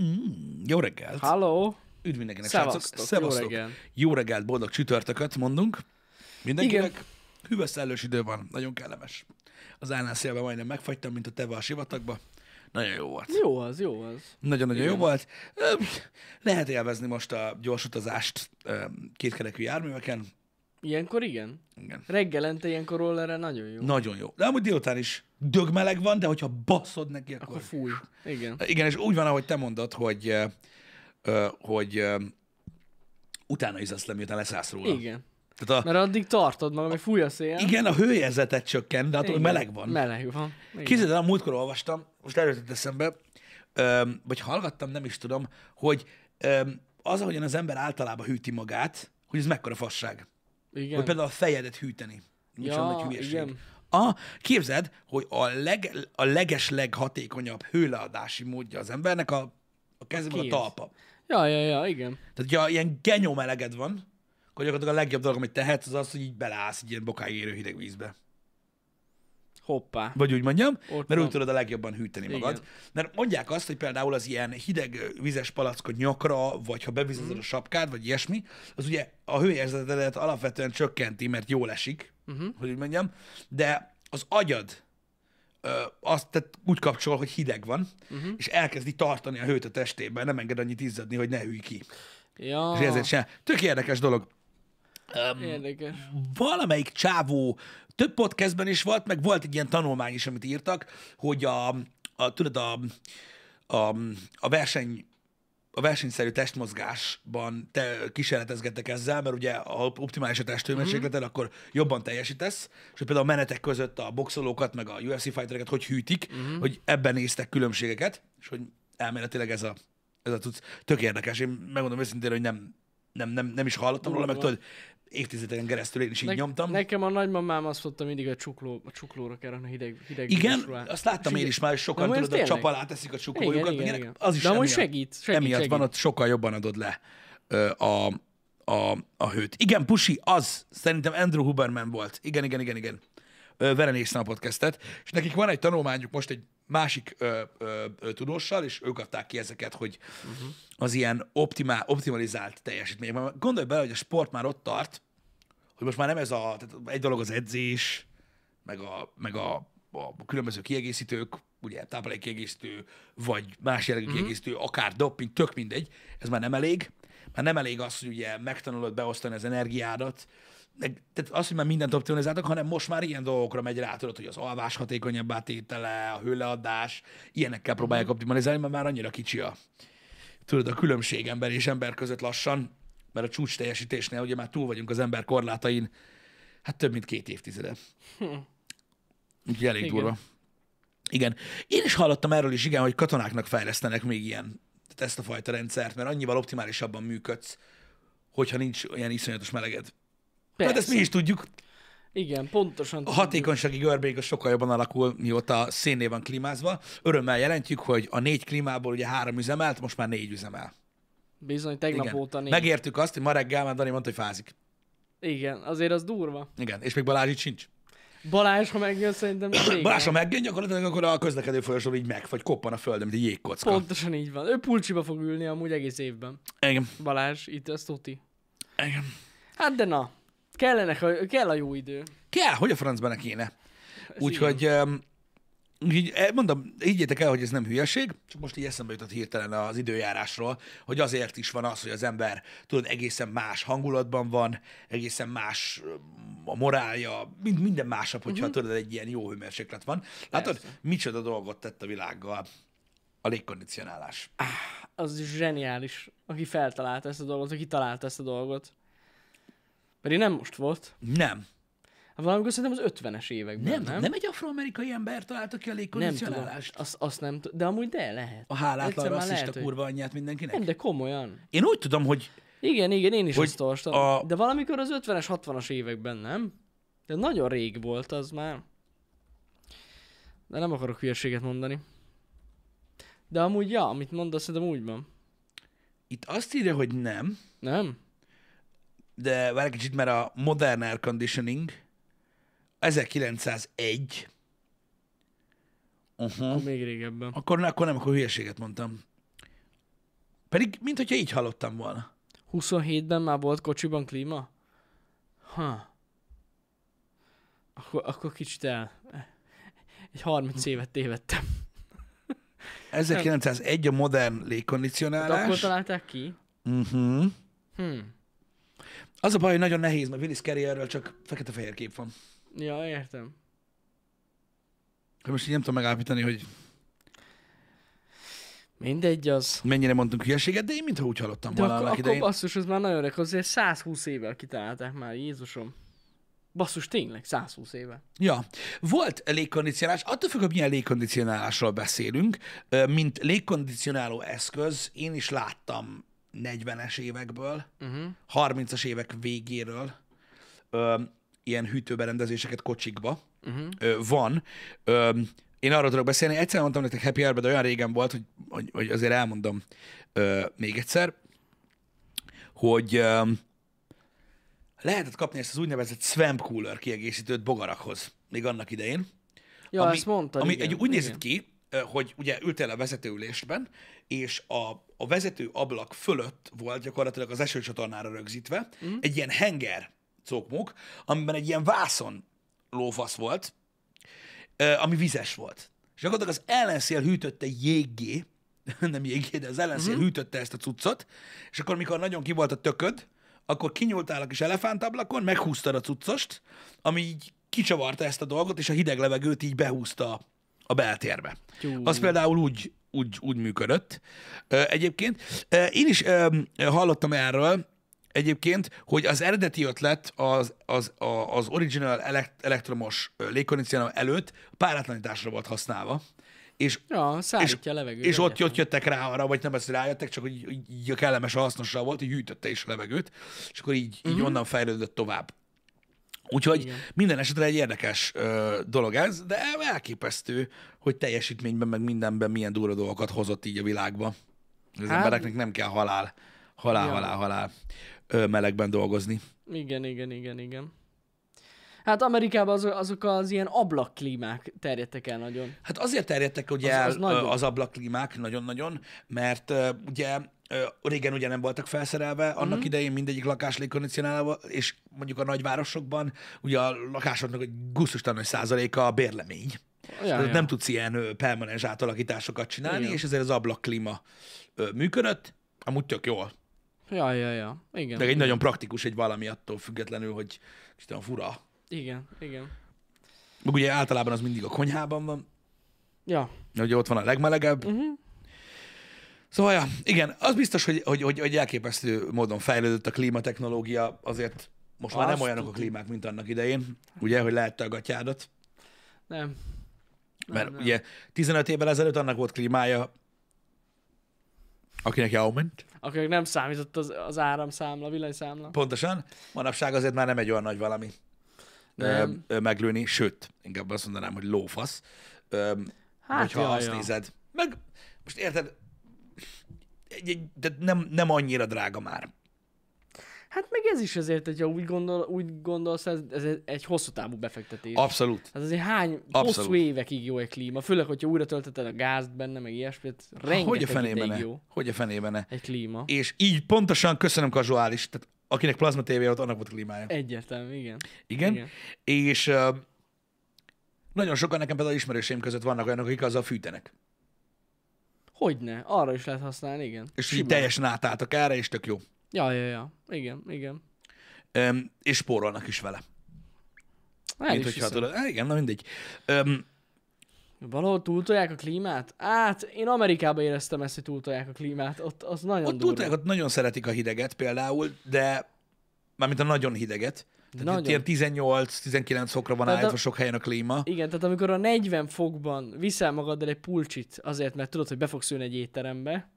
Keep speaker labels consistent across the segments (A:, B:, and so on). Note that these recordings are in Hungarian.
A: Mm, jó reggelt!
B: Hát, Halló!
A: Üdv mindenkinek,
B: Szevasztok,
A: srácok!
B: jó
A: Szevasztok.
B: reggel.
A: Jó reggelt, boldog csütörtököt mondunk mindenkinek.
B: Igen.
A: Igen. Hűvös szellős idő van, nagyon kellemes. Az ellenszélben majdnem megfagytam, mint a teve a sivatagba. Nagyon jó volt.
B: Jó az, jó az.
A: Nagyon-nagyon jó volt. Öm, Lehet élvezni most a gyors utazást öm, kétkerekű járműveken.
B: Ilyenkor igen.
A: Igen.
B: Reggelente ilyenkor rollerre nagyon jó.
A: Nagyon jó. De amúgy délután is dögmeleg van, de hogyha basszod neki, akkor...
B: Akkor fúj. Igen.
A: Igen, és úgy van, ahogy te mondod, hogy, ö, ö, hogy ö, utána izasz le, miután leszállsz róla.
B: Igen.
A: Tehát a,
B: Mert addig tartod magad, hogy fúj a szél.
A: igen, a hőérzetet csökken, de attól
B: Igen.
A: igen. meleg van.
B: Meleg van. Igen.
A: Képzeld el, a múltkor olvastam, most előtt eszembe, öm, vagy hallgattam, nem is tudom, hogy öm, az, ahogyan az ember általában hűti magát, hogy ez mekkora fasság. Hogy
B: igen.
A: például a fejedet hűteni. Micsoda
B: Ja,
A: nagy hülyeség.
B: igen.
A: Aha, képzeld, hogy a, leg, a leges leghatékonyabb hőleadási módja az embernek a, a kezében a, a
B: kéz.
A: talpa.
B: Ja, ja, ja, igen.
A: Tehát, hogyha ilyen genyó meleged van, akkor gyakorlatilag a legjobb dolog, amit tehetsz, az az, hogy így beleállsz egy ilyen bokáig érő hideg vízbe.
B: Hoppá.
A: Vagy úgy mondjam,
B: Ott
A: Ott mert
B: van.
A: úgy tudod a legjobban hűteni
B: Igen.
A: magad. Mert mondják azt, hogy például az ilyen hideg ö, vizes palackot nyakra, vagy ha bevizezed
B: Mhm.
A: a sapkád, vagy ilyesmi, az ugye a hőérzetedet alapvetően csökkenti, mert jól esik,
B: Mhm.
A: uh-huh. hogy úgy mondjam, de az agyad ö, azt tehát úgy kapcsol, hogy hideg van,
B: Mhm.
A: uh-huh. és elkezdi tartani a hőt a testében, nem enged annyit izzadni, hogy ne hűj ki.
B: Ja.
A: És ezért se. Tök érdekes dolog.
B: Érdekes.
A: valamelyik csávó több podcastben is volt, meg volt egy ilyen tanulmány is, amit írtak, hogy a, a tudod, a, a, a verseny a versenyszerű testmozgásban te kísérletezgetek ezzel, mert ugye ha optimális a testhőmérsékleted, mm-hmm. akkor jobban teljesítesz, és hogy például a menetek között a boxolókat, meg a UFC fightereket hogy hűtik, mm-hmm. hogy ebben néztek különbségeket, és hogy elméletileg ez a, ez a tudsz. Tök érdekes, én megmondom őszintén, hogy nem, nem, nem, nem is hallottam róla, meg
B: Durva.
A: tudod, évtizedeken keresztül én is így nyomtam.
B: Nekem a nagymamám azt mondta mindig, a, csukló, a csuklóra kell rakni hideg, hideg
A: Igen,
B: vízruhát.
A: azt láttam
B: És
A: én
B: így-
A: is már, hogy sokan
B: De amúgy ez
A: tudod, a
B: tényleg.
A: csap alá teszik a
B: Igen,
A: csuklójukat,
B: igen,
A: meg ilyenek.
B: igen.
A: Az is
B: De amúgy
A: emiatt,
B: segít, segít,
A: emiatt van,
B: segít.
A: ott sokkal jobban adod le ö, a, a, a hőt. Igen, Pusi, az szerintem Andrew Huberman volt. Igen, igen, igen, igen. Ö, Vele néztem a podcastet, és nekik van egy tanulmányuk most egy másik ö, ö, ö, tudóssal, és ők adták ki ezeket, hogy
B: Mhm.
A: uh-huh. az ilyen optimál, optimalizált teljesítmény. Mert Gondolj bele, hogy a sport már ott tart, hogy most már nem ez a, tehát egy dolog az edzés, meg a, meg a, a különböző kiegészítők, ugye táplálék kiegészítő, vagy más jellegű mm-hmm. kiegészítő, akár dopping, tök mindegy, ez már nem elég. Már nem elég az, hogy ugye megtanulod beosztani az energiádat, meg, tehát az, hogy már mindent optimalizáltak, hanem most már ilyen dolgokra megy rá, tudod, hogy az alvás hatékonyabbá tétele, a hőleadás, ilyenekkel próbálják optimalizálni, mert már annyira kicsi a, tudod, a különbség ember és ember között lassan, mert a csúcs teljesítésnél ugye már túl vagyunk az ember korlátain, hát több mint két évtizede. Úgyhogy elég
B: Igen.
A: igen. durva. Igen. Én is hallottam erről is, igen, hogy katonáknak fejlesztenek még ilyen, tehát ezt a fajta rendszert, mert annyival optimálisabban működsz, hogyha nincs olyan iszonyatos meleged.
B: Persze.
A: Hát ezt mi is tudjuk.
B: Igen, pontosan.
A: A hatékonysági görbék az sokkal jobban alakul, mióta szénné van klímázva. Örömmel jelentjük, hogy a négy klímából ugye három üzemelt, most már négy üzemel.
B: Bizony, tegnap
A: Igen.
B: óta négy.
A: Megértük azt, hogy ma reggel már Dani mondta, hogy fázik.
B: Igen, azért az durva.
A: Igen, és még Balázs itt sincs.
B: Balázs, ha megjön, szerintem még.
A: Balázs, ha megjön, gyakorlatilag akkor a közlekedő folyosón így megfagy, koppan a földön, mint egy jégkocka. Pont.
B: Pontosan így van. Ő pulcsiba fog ülni amúgy egész évben.
A: Igen.
B: Balázs, itt ezt tuti.
A: Igen.
B: Hát de na, kellenek a, kell a jó idő.
A: Kell, hogy a francban kéne. Úgyhogy öm, így, eh, mondom, higgyétek el, hogy ez nem hülyeség, csak most így eszembe jutott hirtelen az időjárásról, hogy azért is van az, hogy az ember, tudod, egészen más hangulatban van, egészen más öm, a morálja, mind, minden másabb, hogyha uh-huh. tudod, egy ilyen jó hőmérséklet van. Látod,
B: Mhm. Persze.
A: micsoda dolgot tett a világgal a légkondicionálás.
B: Az zseniális, aki feltalálta ezt a dolgot, aki találta ezt a dolgot. Pedig nem most volt.
A: Nem.
B: Hát Valamikor szerintem az 50-es években,
A: Nem,
B: nem?
A: nem, nem egy afroamerikai ember találta ki a
B: nem tudom.
A: légkondicionálást.
B: Azt, azt nem tudom. De amúgy de lehet.
A: A hálátlan
B: Egyszer már
A: rasszista
B: lehet, hogy-
A: kurva anyját mindenkinek.
B: Nem, de komolyan.
A: Én úgy tudom, hogy
B: Igen, igen, én is
A: Hogy
B: azt olvastam.
A: a-
B: De valamikor az 50-es, 60-as években, nem? De nagyon rég volt az már. De nem akarok hülyeséget mondani. De amúgy, ja, amit mondasz, szerintem úgy van.
A: itt azt írja, hogy nem,
B: Nem?
A: de várj egy kicsit, mert a Modern Air Conditioning 1901. Uh-huh.
B: Még régebben.
A: Akkor, akkor nem, akkor hülyeséget mondtam. Pedig, mint hogyha így hallottam volna.
B: 27-ben már volt kocsiban klíma? Ha. Akkor, akkor kicsit el. Egy 30 évet tévedtem.
A: 1901 a modern
B: De Hát akkor
A: légkondicionálás.
B: találták ki?
A: Uh-huh.
B: Hm.
A: Az a baj, hogy nagyon nehéz, mert Willis Carrierről csak fekete-fehér kép van.
B: Ja, értem.
A: Hogy Hát Most így nem tudom megállapítani, hogy
B: Mindegy az.
A: mennyire mondtunk hülyeséget, de én mintha úgy hallottam
B: De
A: volna
B: akkor,
A: annak
B: akkor
A: idején.
B: basszus, ez már nagyon öreg, azért 120 évvel kitalálták már, Jézusom. Basszus, tényleg, 120 éve.
A: Ja. Volt légkondicionálás, attól függ, hogy milyen légkondicionálásról beszélünk. Ö, Mint légkondicionáló eszköz én is láttam 40-es évekből, uh-huh. 30-as évek végéről ö, ilyen hűtőberendezéseket kocsikba. Uh-huh. Ö, van. Ö, én arról tudok beszélni, egyszer mondtam nektek Happy hour de olyan régen volt, hogy, hogy, hogy azért elmondom ö, még egyszer, hogy ö, lehetett kapni ezt az úgynevezett swamp cooler kiegészítőt bogarakhoz, még annak idején.
B: Ja, ezt mondtad,
A: Ami
B: igen,
A: egy, úgy
B: igen.
A: nézett ki, ö, hogy ugye ültél a vezetőülésben, és a, a vezető ablak fölött volt gyakorlatilag az esőcsatornára rögzítve mm. egy ilyen henger cokmuk, amiben egy ilyen vászon lófasz volt, ö, ami vizes volt. És gyakorlatilag az ellenszél hűtötte jéggé, nem jéggé, de az ellenszél uh-huh. hűtötte ezt a cuccot, és akkor, mikor nagyon ki volt a tököd, akkor kinyúltál a kis elefántablakon, meghúztad a cuccost, ami így kicsavarta ezt a dolgot, és a hideg levegőt így behúzta a beltérbe.
B: Tyú.
A: Az például úgy, úgy, úgy működött. Ö, Egyébként ö, én is ö, hallottam erről, egyébként, hogy az eredeti ötlet az, az, a- az original elekt- elektromos ö, légkondicionáló előtt páratlanításra volt használva, és
B: Ja,
A: és,
B: szállítja a levegőt.
A: és ott,
B: egyáltalán.
A: ott jöttek rá arra, vagy nem ezt rájöttek, csak hogy így- így a kellemes a hasznosra volt, hogy hűtötte is a levegőt, és akkor így,
B: Mhm.
A: így onnan fejlődött tovább. Úgyhogy Igen. minden esetre egy érdekes ö, dolog ez, de elképesztő, hogy teljesítményben, meg mindenben milyen durva dolgokat hozott így a világba. Az
B: Hát-
A: embereknek nem kell halál, halál,
B: Ja.
A: halál, halál ö, melegben dolgozni.
B: Igen, igen, igen, igen. Hát Amerikában azok, azok az ilyen ablakklímák terjedtek el nagyon.
A: Hát azért terjedtek ugye
B: Az-
A: az,
B: az
A: az,
B: nagyon.
A: az ablaklímák nagyon-nagyon, mert ö, ugye ö, régen ugye nem voltak felszerelve, annak mm.
B: Mhm.
A: idején mindegyik lakás légkondicionálva, és mondjuk a nagyvárosokban ugye a lakásoknak egy gusztustalan nagy százaléka a bérlemény.
B: Ja,
A: Tehát
B: ja.
A: nem tudsz ilyen ö, permanens átalakításokat csinálni,
B: Igen.
A: és ezért az ablakklíma ö, működött, amúgy tök jól.
B: Ja, ja, ja. Igen.
A: Meg egy nagyon praktikus egy valami attól függetlenül, hogy kicsit olyan fura.
B: Igen, igen.
A: Meg ugye általában az mindig a konyhában van,
B: Ja,
A: Ugye ott van a legmelegebb.
B: Mhm.
A: Uh-huh. Szóval, ja, igen, az biztos, hogy, hogy, hogy, hogy elképesztő módon fejlődött a klímatechnológia, azért most már nem
B: Azt
A: olyanok a
B: tudom.
A: klímák, mint annak idején, ugye, hogy lehette a gatyádat,
B: nem.
A: mert
B: nem.
A: ugye 15 évvel ezelőtt annak volt klímája, akinek jó ment.
B: Akkor nem számított az, az áramszámla, villanyszámla.
A: Pontosan. Manapság azért már nem egy olyan nagy valami ö,
B: Nem.
A: ö, meglőni, sőt, inkább azt mondanám, hogy lófasz. Ö, hát
B: Hát
A: hogyha
B: jaj,
A: azt
B: jaj.
A: nézed. Meg most érted, egy, egy, de nem, nem annyira drága már.
B: Hát meg ez is azért, hogyha úgy, gondol, úgy gondolsz, ez, ez egy- egy hosszú távú befektetés.
A: Abszolút.
B: Hát azért hány
A: Abszolút.
B: hosszú évekig jó egy klíma, főleg, hogyha újra tölteted a gázt benne, meg ilyesmit, rengeteg
A: Hogy a
B: ideig
A: fenében
B: jó
A: Hogy a fenében -e?
B: egy klíma.
A: És így pontosan köszönöm kazuális, tehát akinek plazma tévé volt, annak volt klímája.
B: Egyértelmű, igen.
A: Igen.
B: igen.
A: És ö, nagyon sokan nekem például ismerőseim között vannak olyanok, akik azzal fűtenek.
B: Hogyne, arra is lehet használni, igen.
A: És így
B: Simán.
A: teljesen átálltak erre, és tök jó.
B: Ja, ja, ja. Igen, igen.
A: Öm, és spórolnak is vele.
B: El
A: Mint
B: Hát is
A: hogyha
B: hiszem.
A: tudod. Á, igen, na mindegy. Öm,
B: Valahol túltolják a klímát? Hát, én Amerikában éreztem ezt, hogy túltolják a klímát. Ott az nagyon
A: ott
B: durva.
A: túlták, ott nagyon szeretik a hideget például, de mármint a nagyon hideget. Tehát itt
B: Nagyon.
A: ilyen 18-19 fokra van
B: Tehát a-
A: állítva sok helyen a klíma.
B: Igen, tehát amikor a 40 fokban viszel magaddal egy pulcsit azért, mert tudod, hogy be fogsz ülni egy étterembe,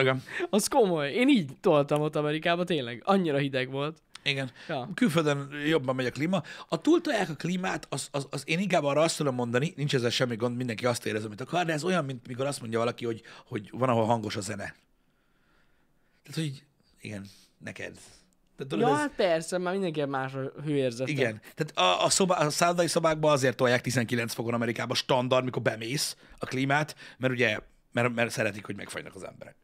A: Igen.
B: az komoly. Én így toltam ott Amerikába, tényleg. Annyira hideg volt.
A: Igen.
B: Ja.
A: Külföldön jobban megy a klíma. A túltolják a klímát, az, az, az, én inkább arra azt tudom mondani, nincs ezzel semmi gond, mindenki azt érez, amit akar, de ez olyan, mint mikor azt mondja valaki, hogy, hogy van, ahol hangos a zene. Tehát, hogy igen, neked. Tehát, tudod,
B: ja,
A: ez-
B: hát persze, már mindenki más a hőérzete.
A: Igen. Tehát a, a, szobá, a szállodai szobákban azért tolják 19 fokon Amerikában standard, mikor bemész a klímát, mert ugye mert, mert szeretik, hogy megfagynak az emberek.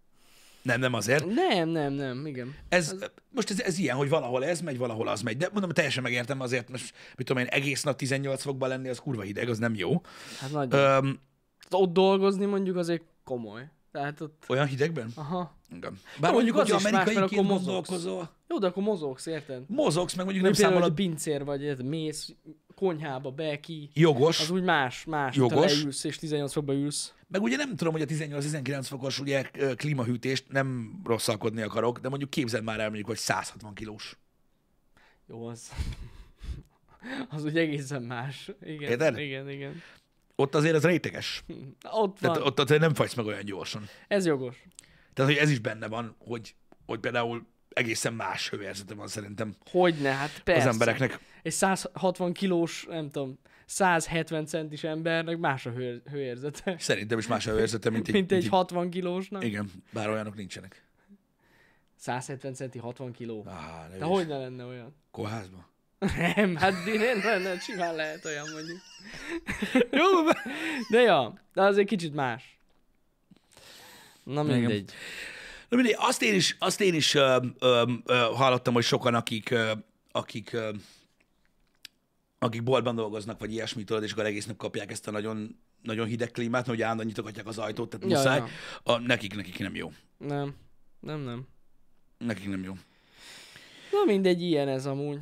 A: Nem, nem azért.
B: Nem, nem, nem, igen.
A: Ez, most ez, ez ilyen, hogy valahol ez megy, valahol az megy. De mondom, teljesen megértem azért, most, mit tudom én, egész nap 18 fokban lenni, az kurva hideg, az nem jó.
B: Hát nagy.
A: Öm,
B: Tehát ott dolgozni mondjuk azért komoly. Tehát ott,
A: olyan hidegben?
B: aha.
A: Igen.
B: De
A: Bár
B: mondjuk
A: mondjuk
B: az
A: az
B: is más, mert
A: amerikaiként
B: akkor mozogsz.
A: gondolkozol,
B: Jó, de akkor mozogsz, érted?
A: mozogsz, meg mondjuk
B: Nem
A: nem
B: például, hogy
A: számolod.
B: pincér vagy, érted? mész konyhába, be, ki. Az
A: Jogos,
B: úgy más, más,
A: Jogos.
B: Jogos. leülsz és 18 fokba ülsz.
A: meg ugye nem tudom, hogy a 18-19 fokos ugye, ö, klímahűtést nem rosszalkodni akarok, de mondjuk képzeld már el mondjuk, hogy 160 kilós.
B: Jó, az... Az úgy egészen más. Igen,
A: Érted?
B: igen, igen.
A: Ott azért az réteges.
B: Ott van.
A: Tehát ott azért nem fagysz meg olyan gyorsan.
B: Ez jogos.
A: Tehát, hogy ez is benne van, hogy, hogy például egészen más hőérzete van szerintem
B: Hogyne, hát persze.
A: az embereknek.
B: Egy 160 kilós, nem tudom, 170 centis embernek más a hő, hőérzete,
A: Szerintem is más a hőérzete, mint egy...
B: mint egy 60 kilósnak.
A: Igen, bár olyanok nincsenek.
B: 170 centi, 60 kiló.
A: Ah,
B: De hogy ne lenne olyan?
A: Kórházban?
B: Nem, hát de nem lenne, simán lehet olyan mondjuk. Jó, de ja, de az egy kicsit más. Na mindegy.
A: Na mindegy, azt én is, azt én is ö, ö, ö, hallottam, hogy sokan, akik, ö, akik, ö, akik boltban dolgoznak, vagy ilyesmit tudod, és akkor egész nap kapják ezt a nagyon, nagyon hideg klímát, hogy állandóan nyitogatják az ajtót, tehát
B: Ja,
A: muszáj.
B: ja.
A: A, nekik, nekik nem jó.
B: Nem, nem, nem.
A: Nekik nem jó.
B: Na mindegy, ilyen ez amúgy.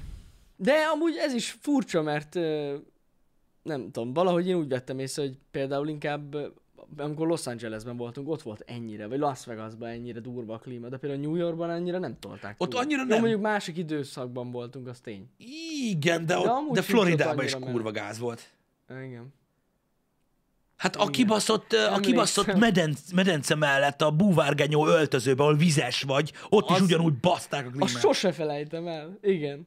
B: De amúgy ez is furcsa, mert ö, nem tudom, valahogy én úgy vettem észre, hogy például inkább ö, amikor Los Angelesben voltunk, ott volt ennyire, vagy Las Vegasban ennyire durva a klíma, de például New Yorkban ennyire nem tolták
A: Ott
B: túl.
A: annyira
B: Jó,
A: nem.
B: mondjuk másik időszakban voltunk, az tény.
A: Igen, de, ott,
B: amúgy
A: de
B: sincs ott
A: Floridában is
B: annyira
A: kurva gáz volt.
B: Igen.
A: Hát a kibaszott, ö, a
B: Emlékszem.
A: kibaszott medence, medence mellett a búvárgenyó öltözőben, ahol vizes vagy, ott is
B: Az-
A: ugyanúgy baszták a
B: Azt
A: klímát.
B: sose felejtem el. Igen.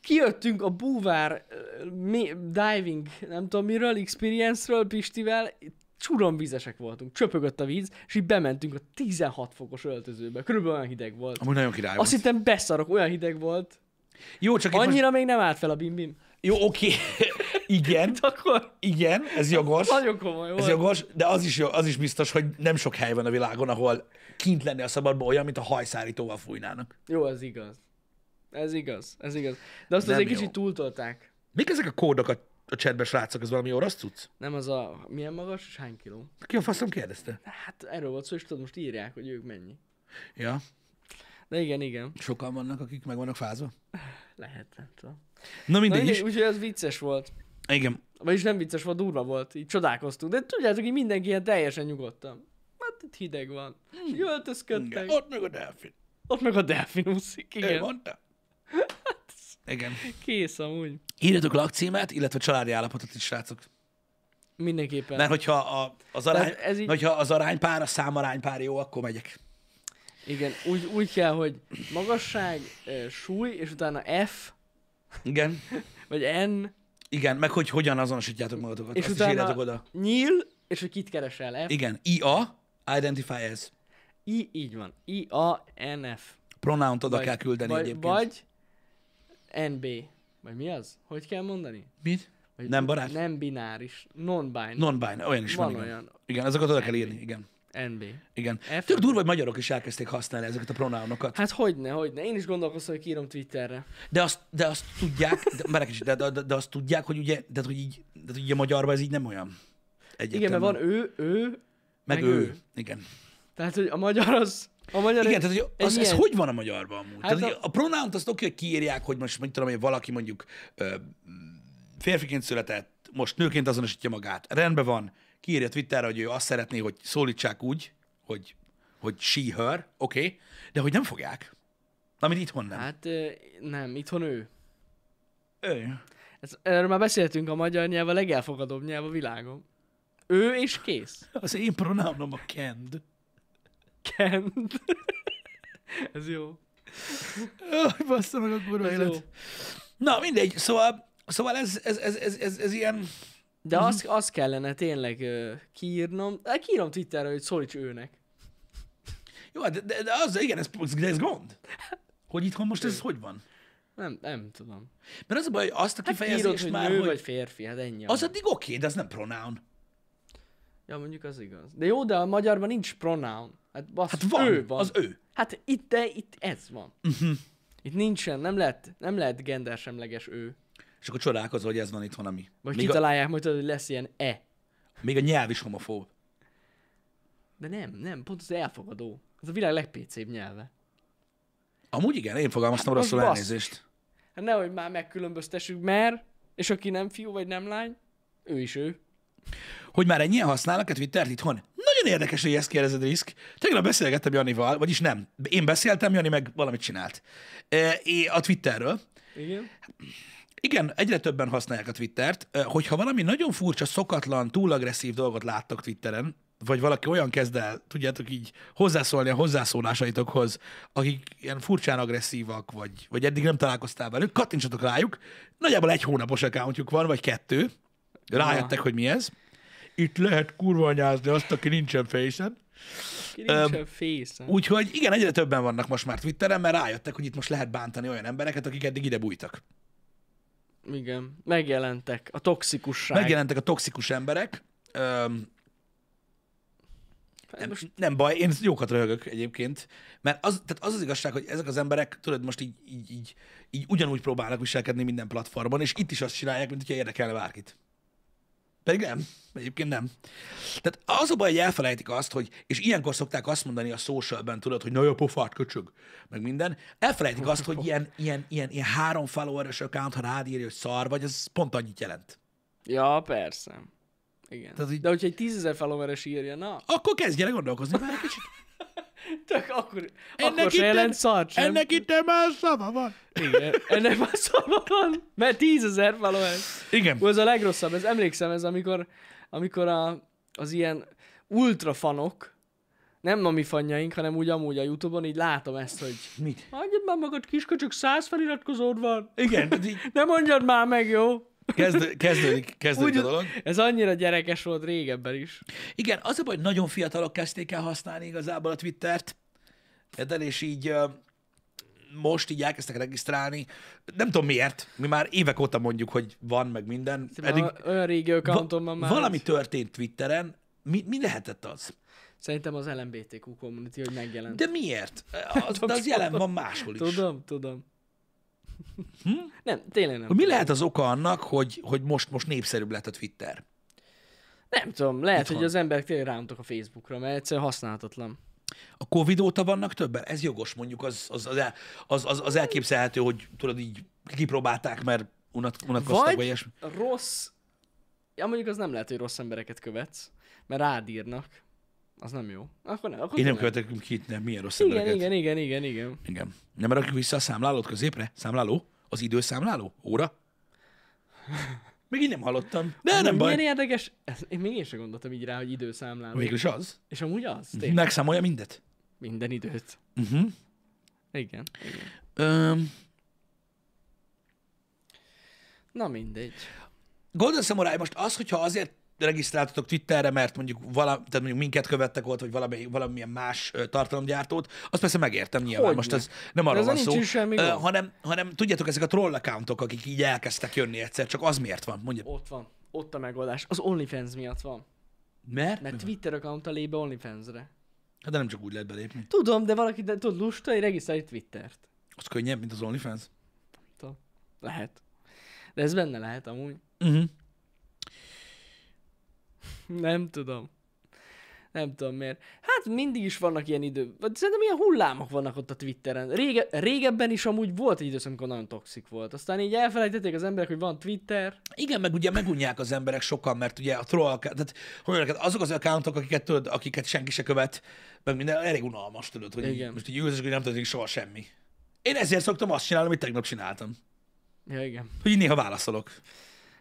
B: Kijöttünk a búvár ö, mi, diving, nem tudom miről, experience-ről Pistivel, csuromvizesek voltunk, csöpögött a víz, és így bementünk a 16 fokos öltözőbe. Körülbelül olyan hideg volt.
A: Amúgy nagyon király
B: Azt
A: volt.
B: hittem beszarok, olyan hideg volt.
A: Jó, csak itt most...
B: Annyira még nem állt fel a bim-bim.
A: Jó, oké. Igen,
B: De akkor
A: igen, ez jogos.
B: nagyon komoly
A: Ez
B: volt.
A: jogos, de az is, jó- az is biztos, hogy nem sok hely van a világon, ahol kint lenni a szabadban olyan, mint a hajszárítóval fújnának.
B: Jó, ez igaz. Ez igaz, ez igaz. De azt
A: Nem
B: azért
A: jó.
B: kicsit túltolták.
A: Mik ezek a kódok a, a csetben, srácok? Ez valami orosz cucc?
B: Nem az a milyen magas és hány kiló.
A: Ki a faszom kérdezte?
B: Hát erről volt szó, és tudod, most írják, hogy ők mennyi.
A: Ja,
B: De igen, igen.
A: sokan vannak, akik meg vannak fázva.
B: Lehet, nem tudom.
A: Na
B: Na,
A: mindig is.
B: mindegy, úgyhogy ez vicces volt.
A: Igen.
B: Vagyis nem vicces volt, durva volt. Így csodálkoztunk. De tudjátok, így mindenki ilyen teljesen nyugodtan. Hát itt hideg van. Hmm.
A: igen.
B: Öltözködtek. Ott,
A: Ott meg a delfin.
B: ott meg a delfinuszik,
A: Ő
B: igen.
A: mondta. Igen.
B: Kész amúgy.
A: Írjatok lakcímet, illetve családi állapotot is, srácok.
B: Mindenképpen.
A: Mert hogyha a, az, arány,
B: Tehát ez így-
A: hogyha az aránypár, a számaránypár jó, akkor megyek.
B: Igen, úgy, úgy kell, hogy magasság, ö, súly, és utána F,
A: Igen.
B: vagy N,
A: Igen, meg hogy hogyan azonosítjátok magatokat.
B: és
A: Azt is írjátok
B: utána
A: oda.
B: nyíl, és hogy kit keresel. F,
A: Igen, IA, identify as.
B: I, így van. I, A, N, F.
A: Pronount oda kell küldeni
B: vagy,
A: egyébként.
B: Vagy NB. Vagy mi az? Hogy kell mondani?
A: Mit?
B: Vagy
A: Nem barát?
B: Nem bináris. Non-binary.
A: Non-binary, olyan is van,
B: Van
A: igen.
B: olyan.
A: Igen, azokat oda kell írni, igen.
B: NB.
A: Igen.
B: F-
A: Tök durva, hogy magyarok is elkezdték használni ezeket a pronounokat.
B: Hát hogyne, hogyne. Én is gondolkoztam, hogy kiírom Twitterre.
A: De azt, de azt tudják, de, várj egy kicsit, de, de, de, azt tudják, hogy ugye, de hát, hogy így, de hogy ugye magyarban ez így nem olyan. Egyértelmű.
B: Igen, mert van ő, ő,
A: meg,
B: meg
A: ő.
B: ő.
A: Igen.
B: tehát hogy a magyar az... A magyar
A: Igen,
B: egy-
A: tehát hogy
B: egy
A: az, ez
B: ilyen-
A: hogy van a magyarban amúgy?
B: Hát
A: Hát tehát,
B: a-
A: a... a pronount azt oké, hogy kiírják, hogy most mit tudom én, valaki mondjuk ö, férfiként született, most nőként azonosítja magát. Rendben van, kiírja Twitterre, hogy ő azt szeretné, hogy szólítsák úgy, hogy, hogy she, her, oké, okay, de hogy nem fogják. Amit itthon nem. Hát,
B: Hát ö, nem, itthon ő.
A: ő.
B: Ez, erről már beszéltünk, a magyar nyelv a legelfogadóbb nyelv a világon. Ő és kész.
A: Az én pronámnom a kend.
B: Kent. Ez jó.
A: Öh, bassza meg a kurva
B: Ez jó.
A: élet. Na, mindegy, szóval, szóval ez, ez, ez, ez, ez, ez ilyen...
B: De azt, azt kellene tényleg ö, kiírnom. Hát kiírom Twitterre, hogy szólíts őnek.
A: Jó, hát de, de, de az, igen, ez, de ez gond. Hogy itthon most ez hogy van?
B: Nem, nem tudom.
A: Mert az a baj, hogy azt a
B: Hát kiírod,
A: kifejezést
B: hogy
A: már,
B: nő
A: hogy...
B: vagy férfi, hát ennyi.
A: Az
B: a...
A: addig oké, de az nem pronoun.
B: Ja, mondjuk az igaz. De jó, de a magyarban nincs pronoun. Hát, basz,
A: Hát van,
B: ő van.
A: az ő. Mhm.
B: Hát itt, de itt ez van. Itt nincsen, nem lehet, nem lehet gendersemleges ő.
A: És akkor csodálkozol, hogy ez van itthon, ami.
B: Vagy
A: Még a,
B: kitalálják majd, hogy lesz ilyen e.
A: még a nyelv is homofób.
B: De nem, nem, pont az elfogadó. Ez a világ legpécébb nyelve.
A: Amúgy igen, én fogalmaztam
B: most
A: rosszul
B: bassz.
A: elnézést.
B: Hát nehogy már megkülönböztessük, mert, és aki nem fiú vagy nem lány, ő is ő.
A: Hogy már ennyien használnak a Twittert itthon? Nagyon érdekes, hogy ezt kérdezed, Risk. Tegnap beszélgettem Janival, vagyis nem. Én beszéltem, Jani meg valamit csinált. E, é- A Twitterről.
B: Igen.
A: Igen, egyre többen használják a Twittert. Ö, Hogyha valami nagyon furcsa, szokatlan, túl agresszív dolgot láttak Twitteren, vagy valaki olyan kezd el, tudjátok így hozzászólni a hozzászólásaitokhoz, akik ilyen furcsán agresszívak, vagy, vagy eddig nem találkoztál velük, kattintsatok rájuk. Nagyjából egy hónapos accountjuk van, vagy kettő. Rájöttek, hogy mi ez. Itt lehet kurvanyázni azt, aki nincsen fejszen.
B: Ki nincsen fészen.
A: Úgyhogy igen, egyre többen vannak most már Twitteren, mert rájöttek, hogy itt most lehet bántani olyan embereket, akik eddig ide bújtak.
B: Igen. Megjelentek. A toxikusság.
A: Megjelentek a toxikus emberek, öm,
B: Hát
A: Nem,
B: Most
A: nem baj, én jókat röhögök egyébként, mert az, tehát az az igazság, hogy ezek az emberek, tudod, most így, így, így, így ugyanúgy próbálnak viselkedni minden platformon, és itt is azt csinálják, mint hogyha érdekelne bárkit. Pedig nem, egyébként nem. Tehát az a baj, hogy elfelejtik azt, hogy, és ilyenkor szokták azt mondani a socialben, tudod, hogy na jó, pofát köcsög, meg minden. Elfelejtik azt, hogy ilyen, ilyen, ilyen, ilyen három followeres account, ha rád írja, hogy szar vagy, az pont annyit jelent.
B: Ja, persze. Igen.
A: Tehát
B: Tehát,
A: így-
B: De hogyha egy tízezer followeres írja, na,
A: Akkor kezdj el gondolkozni már egy kicsit.
B: tök akkor,
A: Ennek
B: akkor se
A: itten-
B: jelent szart sem.
A: Ennek itt nem más szava van.
B: Igen. Ennek már szava van, mert tízezer followers.
A: Igen.
B: Ú, ez a legrosszabb, ez emlékszem, ez amikor, amikor a, az ilyen ultra fanok, nem a mi fanjaink, hanem úgy amúgy a Youtube-on, így látom ezt, hogy
A: Mit?
B: hagyjad már magad kisköcsök, száz feliratkozód van.
A: Igen, tehát így
B: Ne mondjad már meg, jó?
A: kezd, kezdődik, kezdődik a
B: Úgy-
A: dolog.
B: Ez annyira gyerekes volt régebben is.
A: Igen, az a baj, hogy nagyon fiatalok kezdték el használni igazából a Twittert, Érted? és így ö, most így elkezdtek regisztrálni. Nem tudom miért, mi már évek óta mondjuk, hogy van, meg minden. Eddig
B: Eddig olyan régi accountom van
A: va-
B: már.
A: valami
B: ez.
A: történt Twitteren, mi, mi lehetett az?
B: Szerintem az LMBTQ community, hogy megjelent.
A: De miért? Az, de az jelen van máshol is.
B: Tudom, tudom. Nem, tényleg nem.
A: Hm? Hogy Mi lehet az oka annak, hogy, hogy most, most népszerűbb lett a Twitter?
B: Nem tudom, lehet,
A: Itthon.
B: hogy az emberek tényleg rámutak a Facebookra, mert egyszerűen használhatatlan.
A: A Covid óta vannak többen? Ez jogos, mondjuk az, az, az, el- az, az, az elképzelhető, hogy tudod így kipróbálták, mert unat, unatkoztak, vagy, vagy
B: Vagy
A: ilyesmi.
B: rossz... Ja, mondjuk az nem lehet, hogy rossz embereket követsz, mert rád írnak. Az nem jó. Akkor ne, akkor
A: Én nem
B: tényleg.
A: követek ki, nem, milyen rossz
B: Igen,
A: embereket.
B: igen, igen, igen, igen.
A: igen. Nem rakjuk vissza a számlálót középre? Számláló? Az időszámláló? Óra? Még én nem hallottam. De nem
B: Milyen
A: baj.
B: érdekes, ez, én még én sem gondoltam így rá, hogy időszámláló.
A: Végül is az.
B: És amúgy az,
A: Mhm.
B: tényleg.
A: Megszámolja mindet.
B: Minden időt.
A: Uh-huh.
B: Igen, igen.
A: Öm,
B: Na mindegy.
A: Golden Samurai most az, hogyha azért regisztráltatok Twitterre, mert mondjuk, vala, tehát mondjuk minket követtek ott, vagy valami, valamilyen más ö, tartalomgyártót, azt persze megértem nyilván.
B: Hogyne.
A: most ez nem arról
B: ezzel
A: van
B: nincs
A: szó,
B: is semmi
A: ö,
B: gond.
A: hanem, hanem tudjátok, ezek a troll accountok, akik így elkezdtek jönni egyszer, csak az miért van? Mondja,
B: Ott van. Ott a megoldás. Az OnlyFans miatt van.
A: mert?
B: Mert
A: mert...
B: Twitter account a lébe OnlyFans-re.
A: Hát de nem csak úgy lehet belépni.
B: Tudom, de valaki de, tud lusta, hogy regisztrálj Twittert.
A: Az könnyebb, mint az OnlyFans.
B: Tudom. Lehet. De ez benne lehet amúgy.
A: Uh-huh.
B: Nem tudom. Nem tudom miért. Hát mindig is vannak ilyen idő. vagy Szerintem ilyen hullámok vannak ott a Twitteren. Rége, régebben is amúgy volt egy időszak, amikor nagyon toxik volt. Aztán így elfelejtették az emberek, hogy van Twitter.
A: Igen, meg ugye megunják az emberek sokan, mert ugye a troll, account- tehát hogy mondjam neked, azok az accountok, akiket, tudod, akiket senki se követ, meg minden, elég unalmas, tudod, hogy Igen.
B: Igen.
A: most így ülzős, hogy nem történik soha semmi. Én ezért szoktam azt csinálni, amit tegnap csináltam.
B: Ja, igen.
A: Hogy így néha válaszolok.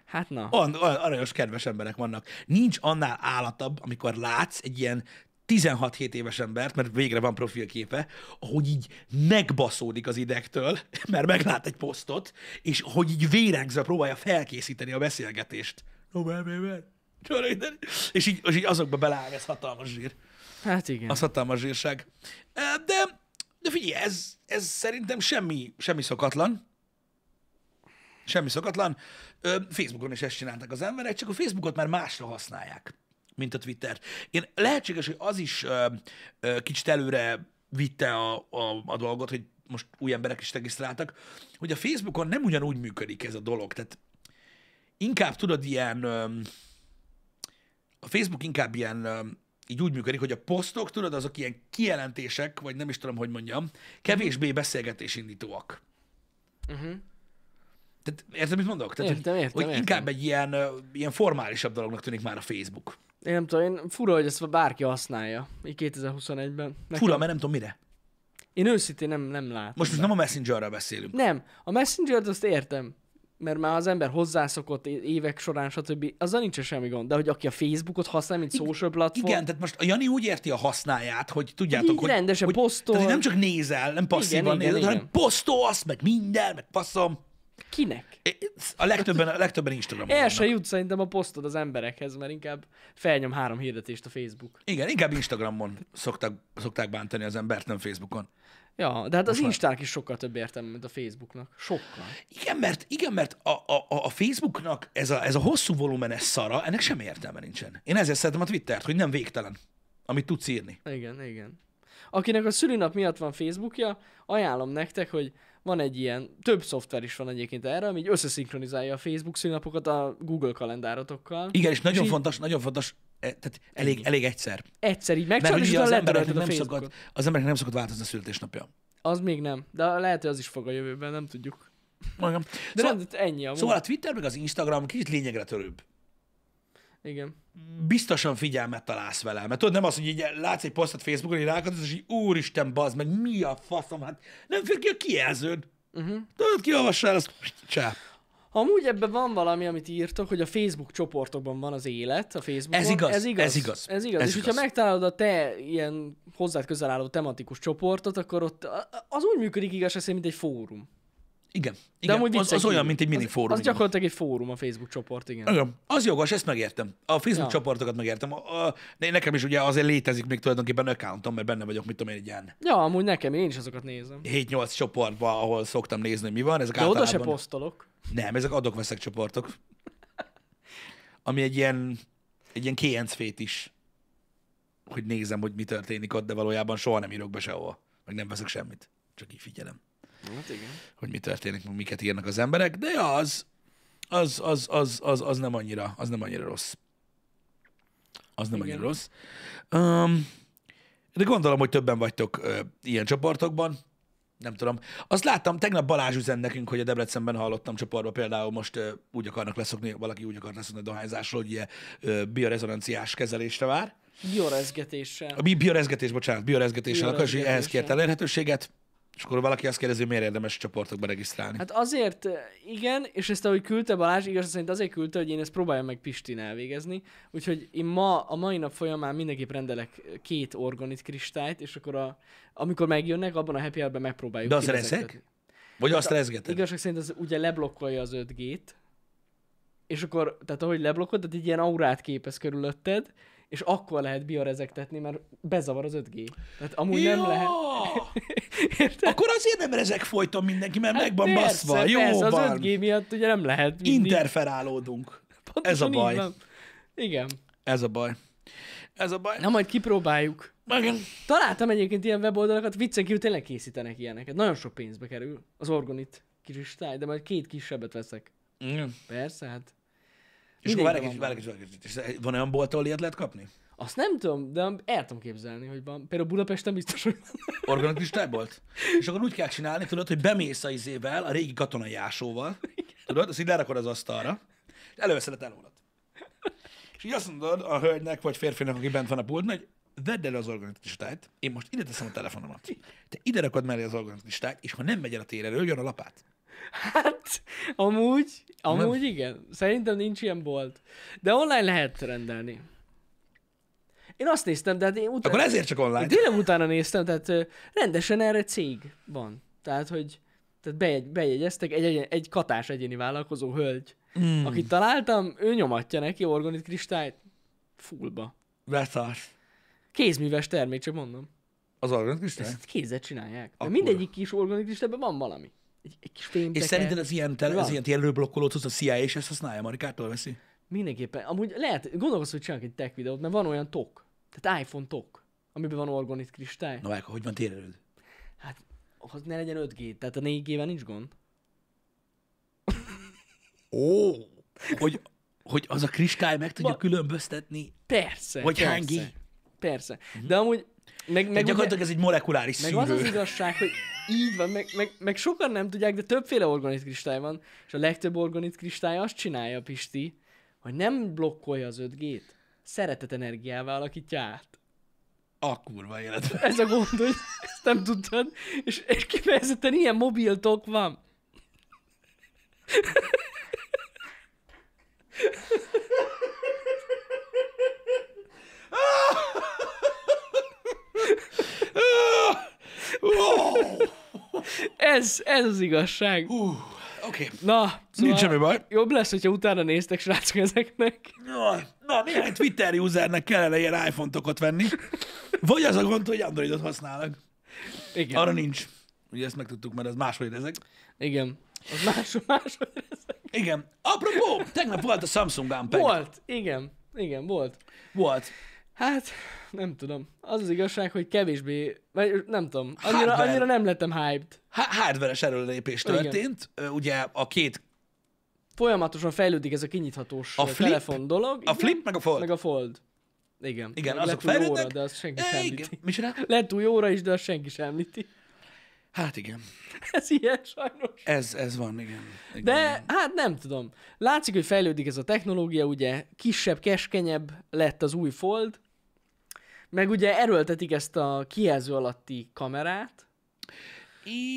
B: Hát na.
A: Olyan, olyan aranyos, kedves emberek vannak. Nincs annál állatabb, amikor látsz egy ilyen 16-7 éves embert, mert végre van profilképe, ahogy így megbaszódik az idegtől, mert meglát egy posztot, és ahogy így vérengzve próbálja felkészíteni a beszélgetést. No, man, man, man. Tudod, minden- És így, és így azokba beleáll ez hatalmas zsír.
B: Hát igen.
A: Az hatalmas zsírság. Ö, De, de figyelj, ez, ez szerintem semmi, semmi szokatlan. Semmi szokatlan. Ö, Facebookon is ezt csináltak az emberek, csak a Facebookot már másra használják. mint a Twittert. Én lehetséges, hogy az is ö, ö, kicsit előre vitte a, a, a dolgot, hogy most új emberek is regisztráltak, hogy a Facebookon nem ugyanúgy működik ez a dolog. Tehát inkább tudod ilyen, öm, a Facebook inkább ilyen, öm, így úgy működik, hogy a posztok, tudod, azok ilyen kijelentések, vagy nem is tudom, hogy mondjam, kevésbé beszélgetésindítóak.
B: Uh-huh.
A: Tehát érted, mit mondok? Tehát,
B: Értem,
A: hogy,
B: értem,
A: hogy
B: értem.
A: inkább egy ilyen, ö, ilyen formálisabb dolognak tűnik már a Facebook.
B: Én nem tudom, én fura, hogy ezt bárki használja, így 2021-ben. Nekem-
A: Fura, mert nem tudom mire.
B: Én őszintén nem, nem látom.
A: Most most nem a Messengerről beszélünk.
B: Nem, a messenger azt értem, mert már az ember hozzászokott é- évek során, stb. Azzal nincs semmi gond, de hogy aki a Facebookot használ, mint social platform,
A: Igen, tehát most a Jani úgy érti a hasznáját, hogy tudjátok,
B: így
A: hogy,
B: rendesen
A: hogy,
B: posztol.
A: Tehát, hogy nem csak nézel, nem passzívan
B: igen,
A: nézed, hanem
B: igen.
A: posztolsz, meg minden, meg passzom.
B: kinek?
A: A legtöbben, a legtöbben Instagramon
B: El
A: vannak.
B: se jut szerintem a posztod az emberekhez, mert inkább felnyom három hirdetést a Facebook.
A: Igen, inkább Instagramon szokták, szokták bántani az embert, nem Facebookon.
B: Ja, de hát az Instának is sokkal több értelme, mint a Facebooknak. Sokkal.
A: Igen, mert, igen, mert a, a, a a Facebooknak ez a, ez a hosszú volumenes szara, ennek semmi értelme nincsen. Én ezért szeretem a Twittert, hogy nem végtelen, amit tudsz írni.
B: Igen, igen. Akinek a szülőnap miatt van Facebookja, ajánlom nektek, hogy van egy ilyen, több szoftver is van egyébként erre, ami így összeszinkronizálja a Facebook szülőnapokat a Google kalendárotokkal.
A: Igen, és nagyon
B: így-
A: fontos, nagyon fontos, eh, tehát elég, elég egyszer.
B: Egyszer így
A: Mert
B: megcsinálod, és
A: ugye
B: utána
A: az embereknek,
B: letörölted a
A: nem
B: Facebookot.
A: szokott, az embereknek nem szokott változni a születésnapja.
B: Az még nem, de lehet, hogy az is fog a jövőben, nem tudjuk.
A: Igen.
B: De
A: Szóval,
B: nem, ennyi amúgy.
A: szóval a Twitter meg az Instagram kicsit lényegre törőbb.
B: Igen.
A: biztosan figyelmet találsz vele. Mert tudod, nem az, hogy így látsz egy posztot Facebookon, így rákatod, és így úristen, bazd meg, mi a faszom, hát nem fér ki a kijelződ.
B: Mhm.
A: Uh-huh. Tudod, kiolvassál, azt csá.
B: Amúgy ebben van valami, amit írtok, hogy a Facebook csoportokban van az élet, a Facebookon.
A: Ez igaz,
B: Ez igaz.
A: ez igaz,
B: Ez igaz.
A: ez
B: és
A: igaz.
B: hogyha megtalálod a te ilyen hozzád közel álló tematikus csoportot, akkor ott a- a- az úgy működik igaz, szerint, mint egy fórum.
A: Igen,
B: De
A: igen.
B: amúgy
A: az, az
B: viccen
A: olyan,
B: kívül.
A: mint egy mini
B: az,
A: fórum.
B: Az
A: igen.
B: gyakorlatilag egy fórum a Facebook csoport, igen.
A: Igen. Az jogos, ezt megértem. A Facebook
B: Ja.
A: csoportokat megértem. A, a, ne- nekem is ugye azért létezik még tulajdonképpen accountom, mert benne vagyok, mit tudom én, egy ilyen
B: Ja, amúgy nekem, én is azokat nézem.
A: 7-8 csoportban, ahol szoktam nézni, hogy mi van. Ezek
B: De oda se
A: általában...
B: posztolok.
A: Nem, ezek adok-veszek csoportok. Ami egy ilyen, egy ilyen kénc is. Hogy nézem, hogy mi történik ott, de valójában soha nem írok be sehova. Meg nem veszek semmit. Csak így figyelem,
B: Hát igen.
A: hogy mi történik, meg miket írnak az emberek. De ja, az, az, az, az, az, az nem annyira, az nem annyira rossz. Az nem
B: Igen.
A: annyira rossz. Um, de gondolom, hogy többen vagytok ö, ilyen csoportokban. Nem tudom. Azt láttam, tegnap Balázs üzen nekünk, hogy a Debrecenben hallottam csoportba például most ö, úgy akarnak leszokni, valaki úgy akar leszokni a dohányzásról, hogy ilyen ö, biorezonanciás kezelésre vár.
B: Biorezgetéssel.
A: A bi- biorezgetés, bocsánat, biorezgetéssel akar, és ehhez kért
B: Biorezgetéssel.
A: elérhetőséget, és akkor valaki azt kérdezi, hogy miért érdemes csoportokba regisztrálni. Hát,
B: Hát azért eh, igen, és ezt ahogy küldte Balázs, igaz szerint azért küldte, hogy én ezt próbáljam meg Pistin elvégezni. Úgyhogy én ma, a mai nap folyamán mindenképp rendelek eh, két orgonit kristályt, és akkor a, amikor megjönnek, abban a happy hour-ben megpróbáljuk.
A: De az
B: kivezetni.
A: rezeg? Vagy
B: Hát,
A: azt rezgeted?
B: Igazság szerint az ugye leblokkolja az 5G-t, és akkor, tehát ahogy leblokkod, tehát egy ilyen aurát képez körülötted, és akkor lehet biorezektetni, mert bezavar az 5G. Tehát amúgy
A: Ja!
B: nem lehet. Érted?
A: Akkor azért nem rezeg folyton mindenki, mert meg van
B: Hát Persze,
A: baszva. Jó
B: persze, az
A: van.
B: 5G miatt ugye nem lehet mindig.
A: Interferálódunk. Ez
B: Pontosan
A: a
B: így
A: baj.
B: van. Igen.
A: Ez a baj. Ez a baj.
B: Na majd kipróbáljuk.
A: Igen.
B: Találtam egyébként ilyen weboldalakat, viccen kívül tényleg készítenek ilyeneket. Nagyon sok pénzbe kerül az orgonit kristály, de majd két kisebbet veszek.
A: Igen.
B: Persze, hát.
A: És
B: Mindenki
A: akkor várj egy kicsit,
B: van
A: várj egy kicsit, várj egy kicsit. És Van olyan bolt, ahol ilyet lehet kapni?
B: Azt nem tudom, de el tudom képzelni, hogy van. Például Budapesten biztos, hogy van.
A: Organiklistájbolt? És akkor úgy kell csinálni, tudod, hogy bemész a izével, a régi katonai ásóval, tudod, azt így lerakod az asztalra, és előveszed a telórat. És így azt mondod a hölgynek, vagy férfinak, aki bent van a pultban, hogy vedd el az organiklistájt, én most ide teszem a telefonomat. Te ide rakod mellé az organiklistájt, és ha nem megy el a tér elől, jön a lapát.
B: Hát, amúgy, amúgy igen. Szerintem nincs ilyen bolt. De online lehet rendelni. Én azt néztem, de hát én utána...
A: Akkor ezért csak online.
B: Én tényleg utána néztem, tehát ö, rendesen erre cég van. Tehát, hogy tehát bejegy, bejegyeztek egy, egy, egy katás egyéni vállalkozó hölgy.
A: Hmm.
B: Mm. Akit találtam, ő nyomatja neki orgonit kristályt. Fullba.
A: Beszarsz.
B: Kézműves termék, csak mondom.
A: Az organiklistály?
B: Ezt kézzel csinálják. Mert
A: Akkor.
B: mindegyik kis orgonit kristályből van valami. Egy, egy kis fémteke.
A: És szerinted az ilyen, tele, az
B: Van.
A: ilyen térlőblokkolót, az a CIA is ezt használja, Marikától veszi?
B: Mindenképpen. Amúgy lehet, gondolkozz, hogy csinálok egy tech videót, mert van olyan tok. Tehát iPhone tok, amiben van orgonit kristály.
A: Na, Vágó, hogy van térerőd?
B: Hát, az ne legyen 5G, tehát a 4G-vel nincs gond.
A: Ó! Hogy, hogy az a kristály meg tudja
B: Ma-
A: különböztetni.
B: Persze.
A: Vagy
B: persze.
A: hány G?
B: Persze. De amúgy, meg,
A: Meg
B: meg, ugye,
A: gyakorlatilag ez egy molekuláris
B: meg
A: szűrő.
B: az az igazság, hogy így van, meg, meg, meg sokan nem tudják, de többféle orgonit kristály van, és a legtöbb orgonit kristály azt csinálja, Pisti, hogy nem blokkolja az 5G-t, szeretet energiával alakítja át.
A: A kurva életben.
B: Ez a gond, hogy ezt nem tudtad, és, és kifejezetten ilyen mobiltok van.
A: Oh!
B: Ez, ez az igazság.
A: Hú, Oké. Szóval- Okay.
B: Na, szóval
A: Nincs semmi baj.
B: Jobb lesz, hogyha utána néztek, srácok, ezeknek.
A: Na, na, néhány Twitter usernek kellene ilyen iPhone-tokat venni. Vagy az a gond, hogy Androidot használnak.
B: Igen.
A: Arra nincs. Ugye ezt megtudtuk, mert az máshogy ezek.
B: Igen. Az más, máshogy ezek.
A: Igen. Apropó, tegnap volt a Samsung Unpacked.
B: Volt. Igen. Igen, volt.
A: Volt.
B: Hát, nem tudom. Az az igazság, hogy kevésbé, vagy nem tudom, annyira,
A: Hardware.
B: annyira nem lettem hyped.
A: Há- Hardveres erőlépés
B: Igen.
A: történt. Ö, Ugye a két,
B: Folyamatosan fejlődik ez a kinyithatós
A: A
B: a
A: flip?
B: telefon dolog.
A: a
B: igen,
A: flip meg a fold.
B: Meg a fold. Igen.
A: Igen,
B: Meg
A: azok
B: lett új óra,
A: fejlődnek.
B: de azt senki sem
A: E,
B: említi.
A: igen. Mi csinál?
B: Lett új óra is, de azt senki sem említi.
A: Hát igen.
B: Ez ilyen sajnos.
A: Ez, ez van, igen. igen.
B: De hát nem tudom. Látszik, hogy fejlődik ez a technológia, ugye kisebb, keskenyebb lett az új fold, meg ugye erőltetik ezt a kijelző alatti kamerát.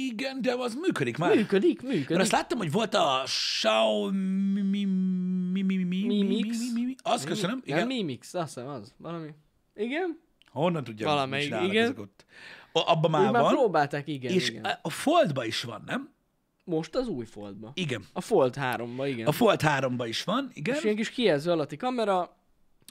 A: Igen, de az működik már. Működik.
B: Működik, működik.
A: Mert azt láttam, hogy volt a Xiaomi mi, mi, mi, mi, mi, mi,
B: Mimix.
A: mi, mi. Azt köszönöm.
B: Mi, nem
A: Igen.
B: Mimix, azt hiszem az. Valami. Igen?
A: Honnan tudja,
B: Valamelyik,
A: mit csinálnak
B: igen.
A: ezek ott? A- Abban
B: Úgy
A: már
B: már
A: van.
B: próbálták, igen,
A: És e-
B: igen.
A: a- a Foldba is van, nem?
B: Most az új foldba.
A: Igen.
B: A fold 3-ba, igen.
A: A Fold 3-ba is van, igen.
B: És ilyen kis kijelző alatti kamera,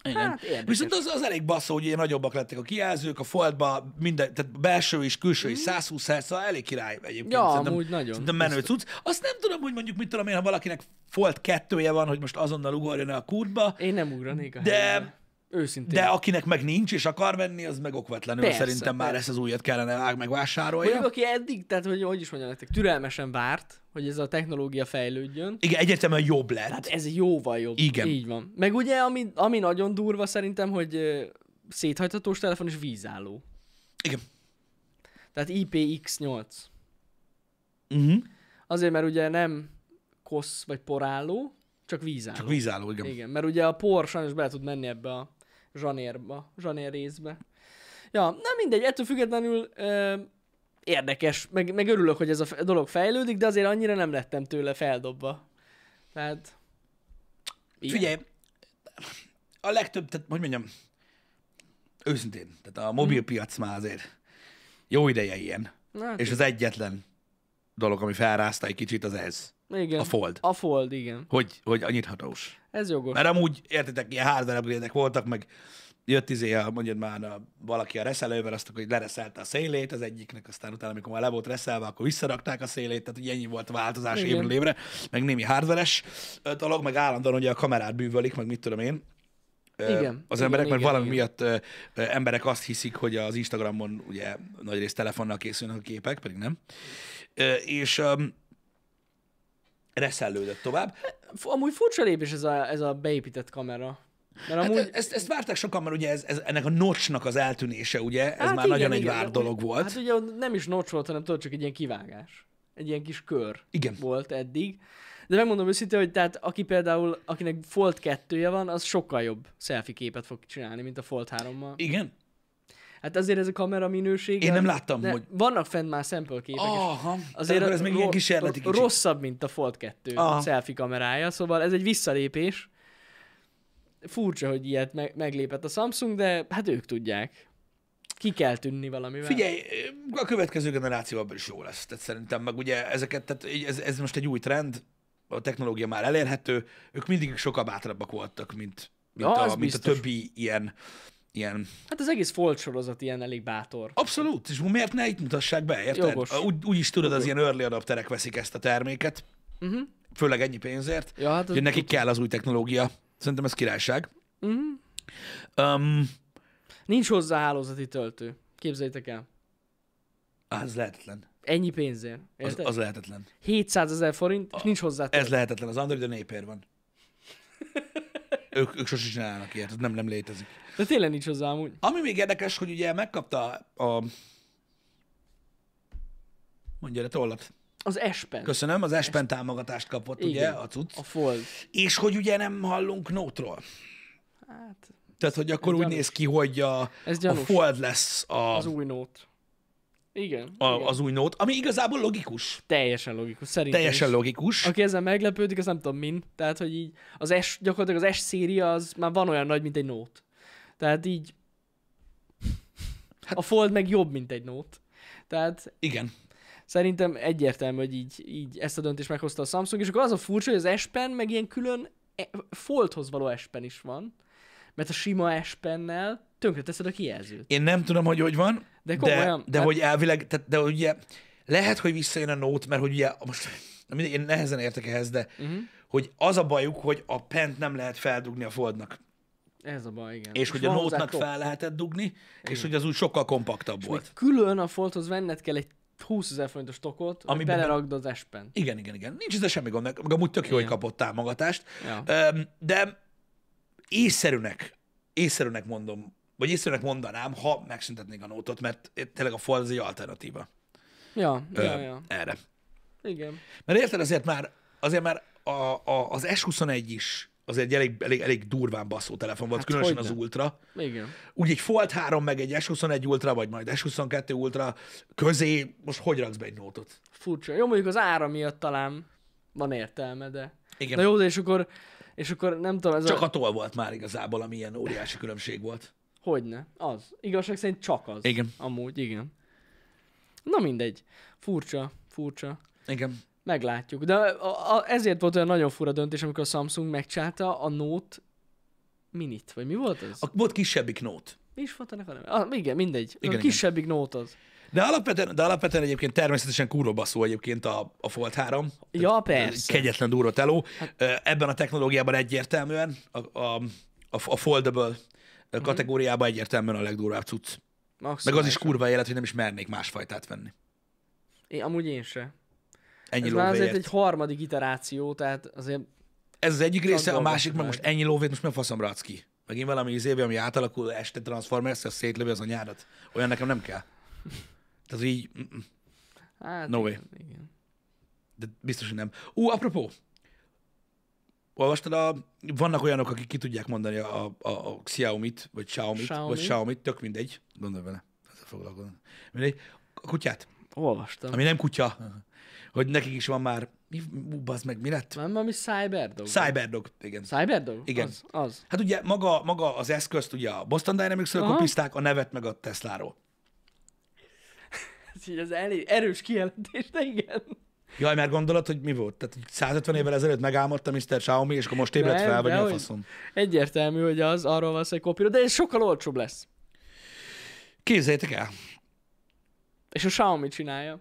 A: Igen.
B: Hát érdekes.
A: Viszont az, az elég basszó, hogy ilyen nagyobbak lettek a kijelzők, a foldba minden, tehát belső és külső is 120 Hz, szóval elég király egyébként.
B: Mhm. Ja,
A: Szerintem-
B: amúgy nagyon.
A: Szerintem menő cucc. Azt nem tudom, hogy mondjuk mit tudom én, ha valakinek fold kettője van, hogy most azonnal ugorjon el a kurtba,
B: én nem ugranék a
A: De-
B: helyemre. Őszintén.
A: de akinek meg nincs és akar venni, az meg okvetlenül
B: Persze,
A: szerintem már
B: persze.
A: ezt az újat kellene ág megvásárolja.
B: Mondjuk, aki eddig, tehát hogy, hogy is mondjam nektek, türelmesen várt, hogy ez a technológia fejlődjön,
A: Igen, egyértelműen jobb lett.
B: hát ez jóval jobb.
A: Igen.
B: Így van. Meg ugye, ami, ami nagyon durva szerintem, hogy ö, széthajthatós telefon és vízálló.
A: Igen.
B: Tehát IPX8. Mhm.
A: Uh-huh.
B: Azért, mert ugye nem kosz vagy porálló, csak vízálló.
A: Csak vízálló, igen. igen.
B: Igen, mert ugye a por sajnos bele tud menni ebbe a zsanérba, zsanér részbe. Ja, na mindegy, ettől függetlenül ö, érdekes, meg, meg örülök, hogy ez a f- dolog fejlődik, de azért annyira nem lettem tőle feldobva. Tehát... igen.
A: Figyelj, a legtöbb, tehát hogy mondjam, őszintén, tehát
B: Mhm.
A: a mobilpiac már azért jó ideje ilyen.
B: Na, hát
A: És az egyetlen dolog, ami felrázta egy kicsit, az ez.
B: igen.
A: a fold.
B: A fold, igen.
A: Hogy, hogy a nyithatós.
B: Ez jogos.
A: Mert amúgy, értitek, ilyen hardware upgrade voltak, meg jött izé, a- mondjad már a, valaki a reszelővel, azt akkor, hogy lereszelte a szélét az egyiknek, aztán utána, amikor már le volt reszelve, akkor visszarakták a szélét, tehát ugye ennyi volt a változás
B: Igen.
A: évről évre, meg némi hardveres dolog, meg állandóan ugye a kamerát bűvölik, meg mit tudom én. Ö,
B: Igen.
A: Az
B: Igen,
A: emberek, mert
B: igen,
A: valami
B: igen.
A: miatt ö, ö, emberek azt hiszik, hogy az Instagramon ugye nagyrészt telefonnal készülnek a képek, pedig nem. Ö, és öm, reszelődött tovább.
B: F- Amúgy furcsa lépés ez a, ez a beépített kamera. Mert amúgy...
A: Hát ezt, ezt várták sokan, mert ugye ez, ez, ennek a nocsnak az eltűnése, ugye, ez már nagyon egy vár
B: Hát de
A: dolog
B: ugye-
A: volt.
B: Hát ugye ott nem is nocs volt, hanem tudod, csak egy ilyen kivágás. Egy ilyen kis kör
A: Igen.
B: volt eddig. De megmondom őszintén, hogy tehát aki például, akinek Fold 2-je van, az sokkal jobb selfie képet fog csinálni, mint a Fold 3-mal.
A: Igen?
B: Hát azért ez a kamera minőség.
A: Én nem
B: az-
A: láttam,
B: ne-
A: hogy-
B: Vannak fent már sample képek. és
A: Aha.
B: Azért
A: Azért akkor ez még ilyen
B: ro-
A: kísérleti
B: ro-
A: kicsit.
B: Rosszabb, mint a Fold 2
A: Aha.
B: selfie kamerája, szóval ez egy visszalépés. Furcsa, hogy ilyet meg- meglépett a Samsung, de hát ők tudják. Ki kell tűnni valamivel.
A: Figyelj, a következő generáció abban is jó lesz. Tehát szerintem meg ugye ezeket, tehát így ez, ez most egy új trend, a technológia már elérhető, ők mindig sokkal bátrabbak voltak, mint, mint,
B: Ja,
A: a,
B: az
A: mint a
B: biztos.
A: többi ilyen, ilyen
B: Hát az egész Fold sorozat ilyen elég bátor.
A: Abszolút, és miért ne itt mutassák be, érted?
B: Jogos.
A: Úgy, úgy is tudod, az ilyen early adapterek veszik ezt a terméket, uh-huh. főleg ennyi pénzért,
B: Ja, hát az-
A: hogy nekik kell az új technológia. Szerintem ez királyság.
B: Mhm.
A: Mm. Um,
B: Nincs hozzá hálózati töltő. Képzeljétek el.
A: az lehetetlen.
B: Ennyi pénzért.
A: Az,
B: Érted?
A: az lehetetlen.
B: 700 ezer forint, és nincs hozzá töltő.
A: Ez lehetetlen. Az Android a népér van. ők, ők sose csinálnak ilyet, ez nem, nem létezik.
B: De tényleg nincs hozzá amúgy.
A: Ami még érdekes, hogy ugye megkapta a... Mondja le tollat.
B: Az S-pen.
A: Köszönöm, az Espen támogatást kapott, Igen. ugye,
B: Igen.
A: a cucc.
B: A fold.
A: És hogy ugye nem hallunk Note-ról.
B: Hát,
A: Tehát, hogy akkor úgy
B: gyanús.
A: néz ki, hogy a,
B: Ez
A: a
B: gyanús.
A: Fold lesz a,
B: az
A: az,
B: új nót. Igen.
A: a,
B: igen.
A: az új Note, ami igazából logikus.
B: Teljesen logikus, szerintem
A: Teljesen
B: is.
A: logikus.
B: Aki ezzel meglepődik, az nem tudom min. Tehát, hogy így az S, gyakorlatilag az S széria az már van olyan nagy, mint egy nót. Tehát így
A: Hát-
B: a fold meg jobb, mint egy nót. Tehát
A: Igen.
B: szerintem egyértelmű, hogy így, így ezt a döntést meghozta a Samsung, és akkor az a furcsa, hogy az S Pen meg ilyen külön e- foldhoz való S Pen is van, mert a sima S Pennel tönkreteszed a kijelzőt.
A: Én nem tudom, hogy hogy van, de,
B: De komolyan,
A: de
B: hát-
A: hogy elvileg, tehát, de ugye lehet, hogy visszajön a Note, mert hogy ugye most na mindegy, én nehezen értek ehhez, de
B: Mhm.
A: uh-huh. hogy az a bajuk, hogy a pent nem lehet feldugni a Foldnak.
B: Ez a baj, igen.
A: És, hogy a
B: van hozzá
A: Note-nak
B: top.
A: fel lehetett dugni, és hogy az úgy sokkal kompaktabb volt.
B: Külön a foldhoz venned kell egy 20 ezer forintos tokot, ami
A: Amiben-
B: belerakd az espen.
A: Igen, igen, igen. Nincs ez semmi gond, meg meg amúgy tök jó, hogy
B: Igen.
A: kapott támogatást.
B: Ja.
A: Öm, De észszerűnek, észszerűnek mondom, vagy észszerűnek mondanám, ha megszüntetnék a nótot, mert tényleg a fold az egy alternatíva
B: Ja, ja,
A: öm,
B: ja.
A: erre.
B: Igen.
A: Mert érted, azért már, azért már a, a, az S21 is azért egy elég, elég, elég durván baszó telefon volt, hát
B: Hát
A: különösen az
B: hogyne.
A: Ultra.
B: Igen.
A: Úgy egy Fold 3, meg egy S21 Ultra, vagy majd S22 Ultra közé, most hogy raksz be egy nótot?
B: Furcsa. Jó, mondjuk az ára miatt talán van értelme, de...
A: Igen.
B: Na jó, de és akkor, és akkor nem tudom, ez
A: Csak
B: a...
A: a toll volt már igazából, ami ilyen óriási különbség volt.
B: Hogyne? Az. Igazság szerint csak az.
A: Igen.
B: Amúgy, igen. Na mindegy. Furcsa, furcsa.
A: Igen.
B: Meglátjuk. De a, a, ezért volt olyan nagyon fura döntés, amikor a Samsung megcsálta a Note Minit, vagy mi volt az?
A: A, volt kisebbik nót.
B: Mi is volt ennek a neve? Ah, igen, mindegy.
A: Igen,
B: Igen, a
A: igen.
B: kisebbik nót az.
A: De alapvetően, de alapvetően egyébként természetesen kurva baszó egyébként a, a Fold 3.
B: Ja,
A: Tehát
B: persze. Hát-
A: Kegyetlen durva teló. Ö, Ebben a technológiában egyértelműen a, a, a, a foldable
B: Mhm.
A: kategóriában egyértelműen a legdurvább cucc. Meg az is kurva élet, hogy nem is mernék másfajtát venni.
B: Én, amúgy én se.
A: Ennyi
B: Ez már azért
A: lóvéért.
B: egy harmadik iteráció, tehát azért
A: Ez az egyik része, a
B: dolgoznak
A: másik meg
B: meg.
A: most ennyi lóvét, most meg faszom radsz ki. Megint valami izébe, ami átalakul, este Transformers, az szétlövi az anyádat. Olyan nekem nem kell. Tehát így, mm, mm,
B: Hát
A: No
B: igen, igen.
A: de biztos, hogy nem. Ú, apropó, olvastad a... Vannak olyanok, akik ki tudják mondani a, a, a Xiaomi-t, vagy Xiaomi-t, Xiaomi.
B: Xiaomi.
A: vagy Xiaomi-t, tök mindegy. Gondolj vele, ezzel foglalkozom. Mindegy. A kutyát,
B: Olvastam. Ami...
A: ami nem kutya, hogy nekik is van már... Mi, ú, bazd meg, mi lett?
B: Nem valami Cyberdog?
A: Cyberdog, igen.
B: Cyberdog?
A: Igen.
B: Az, az.
A: Hát ugye maga, maga az eszközt ugye a Boston Dynamics-ről
B: Aha.
A: kopiszták, a nevet meg a Tesláról.
B: Ez így az elég erős kijelentés, de igen.
A: Jaj, mert gondolod, hogy mi volt? Tehát hogy 150 évvel ezelőtt megálmodta Mr. Xiaomi, és akkor most ébredt
B: Nem,
A: fel, vagy mi a
B: dehogy.
A: faszom?
B: Egyértelmű, hogy az, arról van szó, hogy kopíra, de ez sokkal olcsóbb lesz.
A: Képzeljétek el,
B: És a Xiaomi csinálja.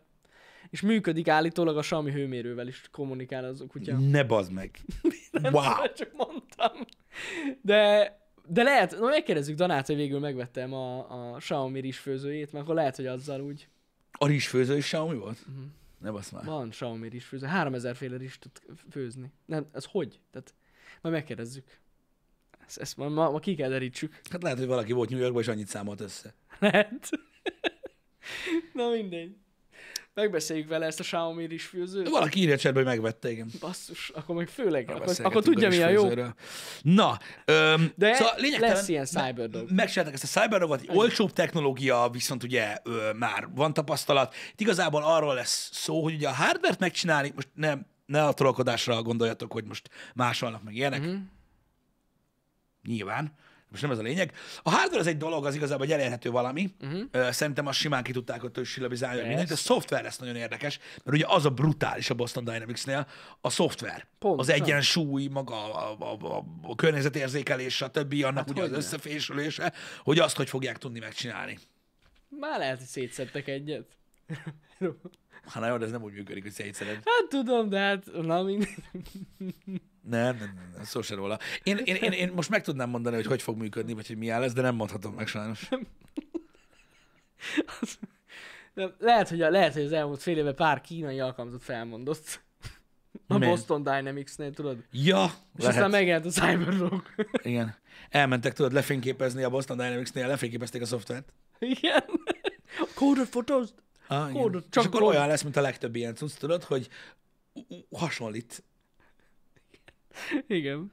B: És működik állítólag a Xiaomi hőmérővel is kommunikál az a kutya.
A: ne bazd meg. Wow.
B: Szóval Csak mondtam. De, de lehet, na megkérdezzük Danát, hogy végül megvettem a, a Xiaomi rizsfőzőjét, mert akkor lehet, hogy azzal úgy
A: A rizsfőző is Xiaomi volt? Ne basz már.
B: Van Xiaomi rizsfőző. 3000 féle rizs tud főzni. Nem, ez hogy? Tehát majd megkérdezzük. Ezt, ezt ma, ma, ma ki kell derítsük.
A: Hát lehet, hogy valaki volt New Yorkban, és annyit számolt össze.
B: Lehet. Na mindegy. Megbeszéljük vele ezt a Xiaomi rizsfőzőt.
A: Valaki írja csetbe, hogy megvette, igen.
B: Basszus, akkor meg főleg, akkor,
A: Beszélgetünk
B: akkor tudja mi a jó.
A: rizsfőzőről. Na, öm,
B: De
A: szóval lényegtelen-
B: lesz ilyen Cyberdog.
A: megcsináltak ezt a Cyberdogot, egy olcsóbb technológia, viszont ugye ö, már van tapasztalat. Itt igazából arról lesz szó, hogy ugye a hardvert megcsinálni, most nem, ne a trollkodásra gondoljatok, hogy most másolnak meg ilyenek.
B: Mhm.
A: Mm-hmm. Nyilván. Most nem ez a lényeg. A hardware az egy dolog, az igazából egy elérhető valami.
B: Mhm.
A: Uh-huh. Szerintem azt simán ki tudták ott silabizálni, hogy mindent. A szoftver lesz nagyon érdekes, mert ugye az a brutális a Boston Dynamics-nél, a szoftver.
B: Pontosan.
A: Az egyensúly, maga a, a, a, a környezetérzékelés, stb. annak hát ugye az
B: hogyne.
A: összefésülése, hogy azt hogy fogják tudni megcsinálni.
B: Már lehet, hogy szétszedtek egyet.
A: Hát na jó, de ez nem úgy működik, hogy szétszered.
B: Hát tudom, de hát na mindegy.
A: Nem, nem, nem, nem, szó se róla. Én, én, én, én, most meg tudnám mondani, hogy hogy fog működni, vagy hogy mi áll ez, de nem mondhatom meg sajnos.
B: De lehet, hogy, a, lehet, hogy az elmúlt fél évben pár kínai alkalmazott felmondott. A
A: Mi?
B: Boston Dynamics-nél, tudod? Lehet.
A: Ja,
B: És aztán megjelent a Cyberrock.
A: Igen. Elmentek, tudod, lefényképezni a Boston Dynamics-nél, lefényképezték a szoftvert.
B: Igen. Kódot fotózt.
A: Ah, igen.
B: Kódot,
A: Csak
B: csak
A: És akkor
B: kód.
A: olyan lesz, mint a legtöbb ilyen cucc, tudod, hogy ú- ú, hasonlít.
B: Igen.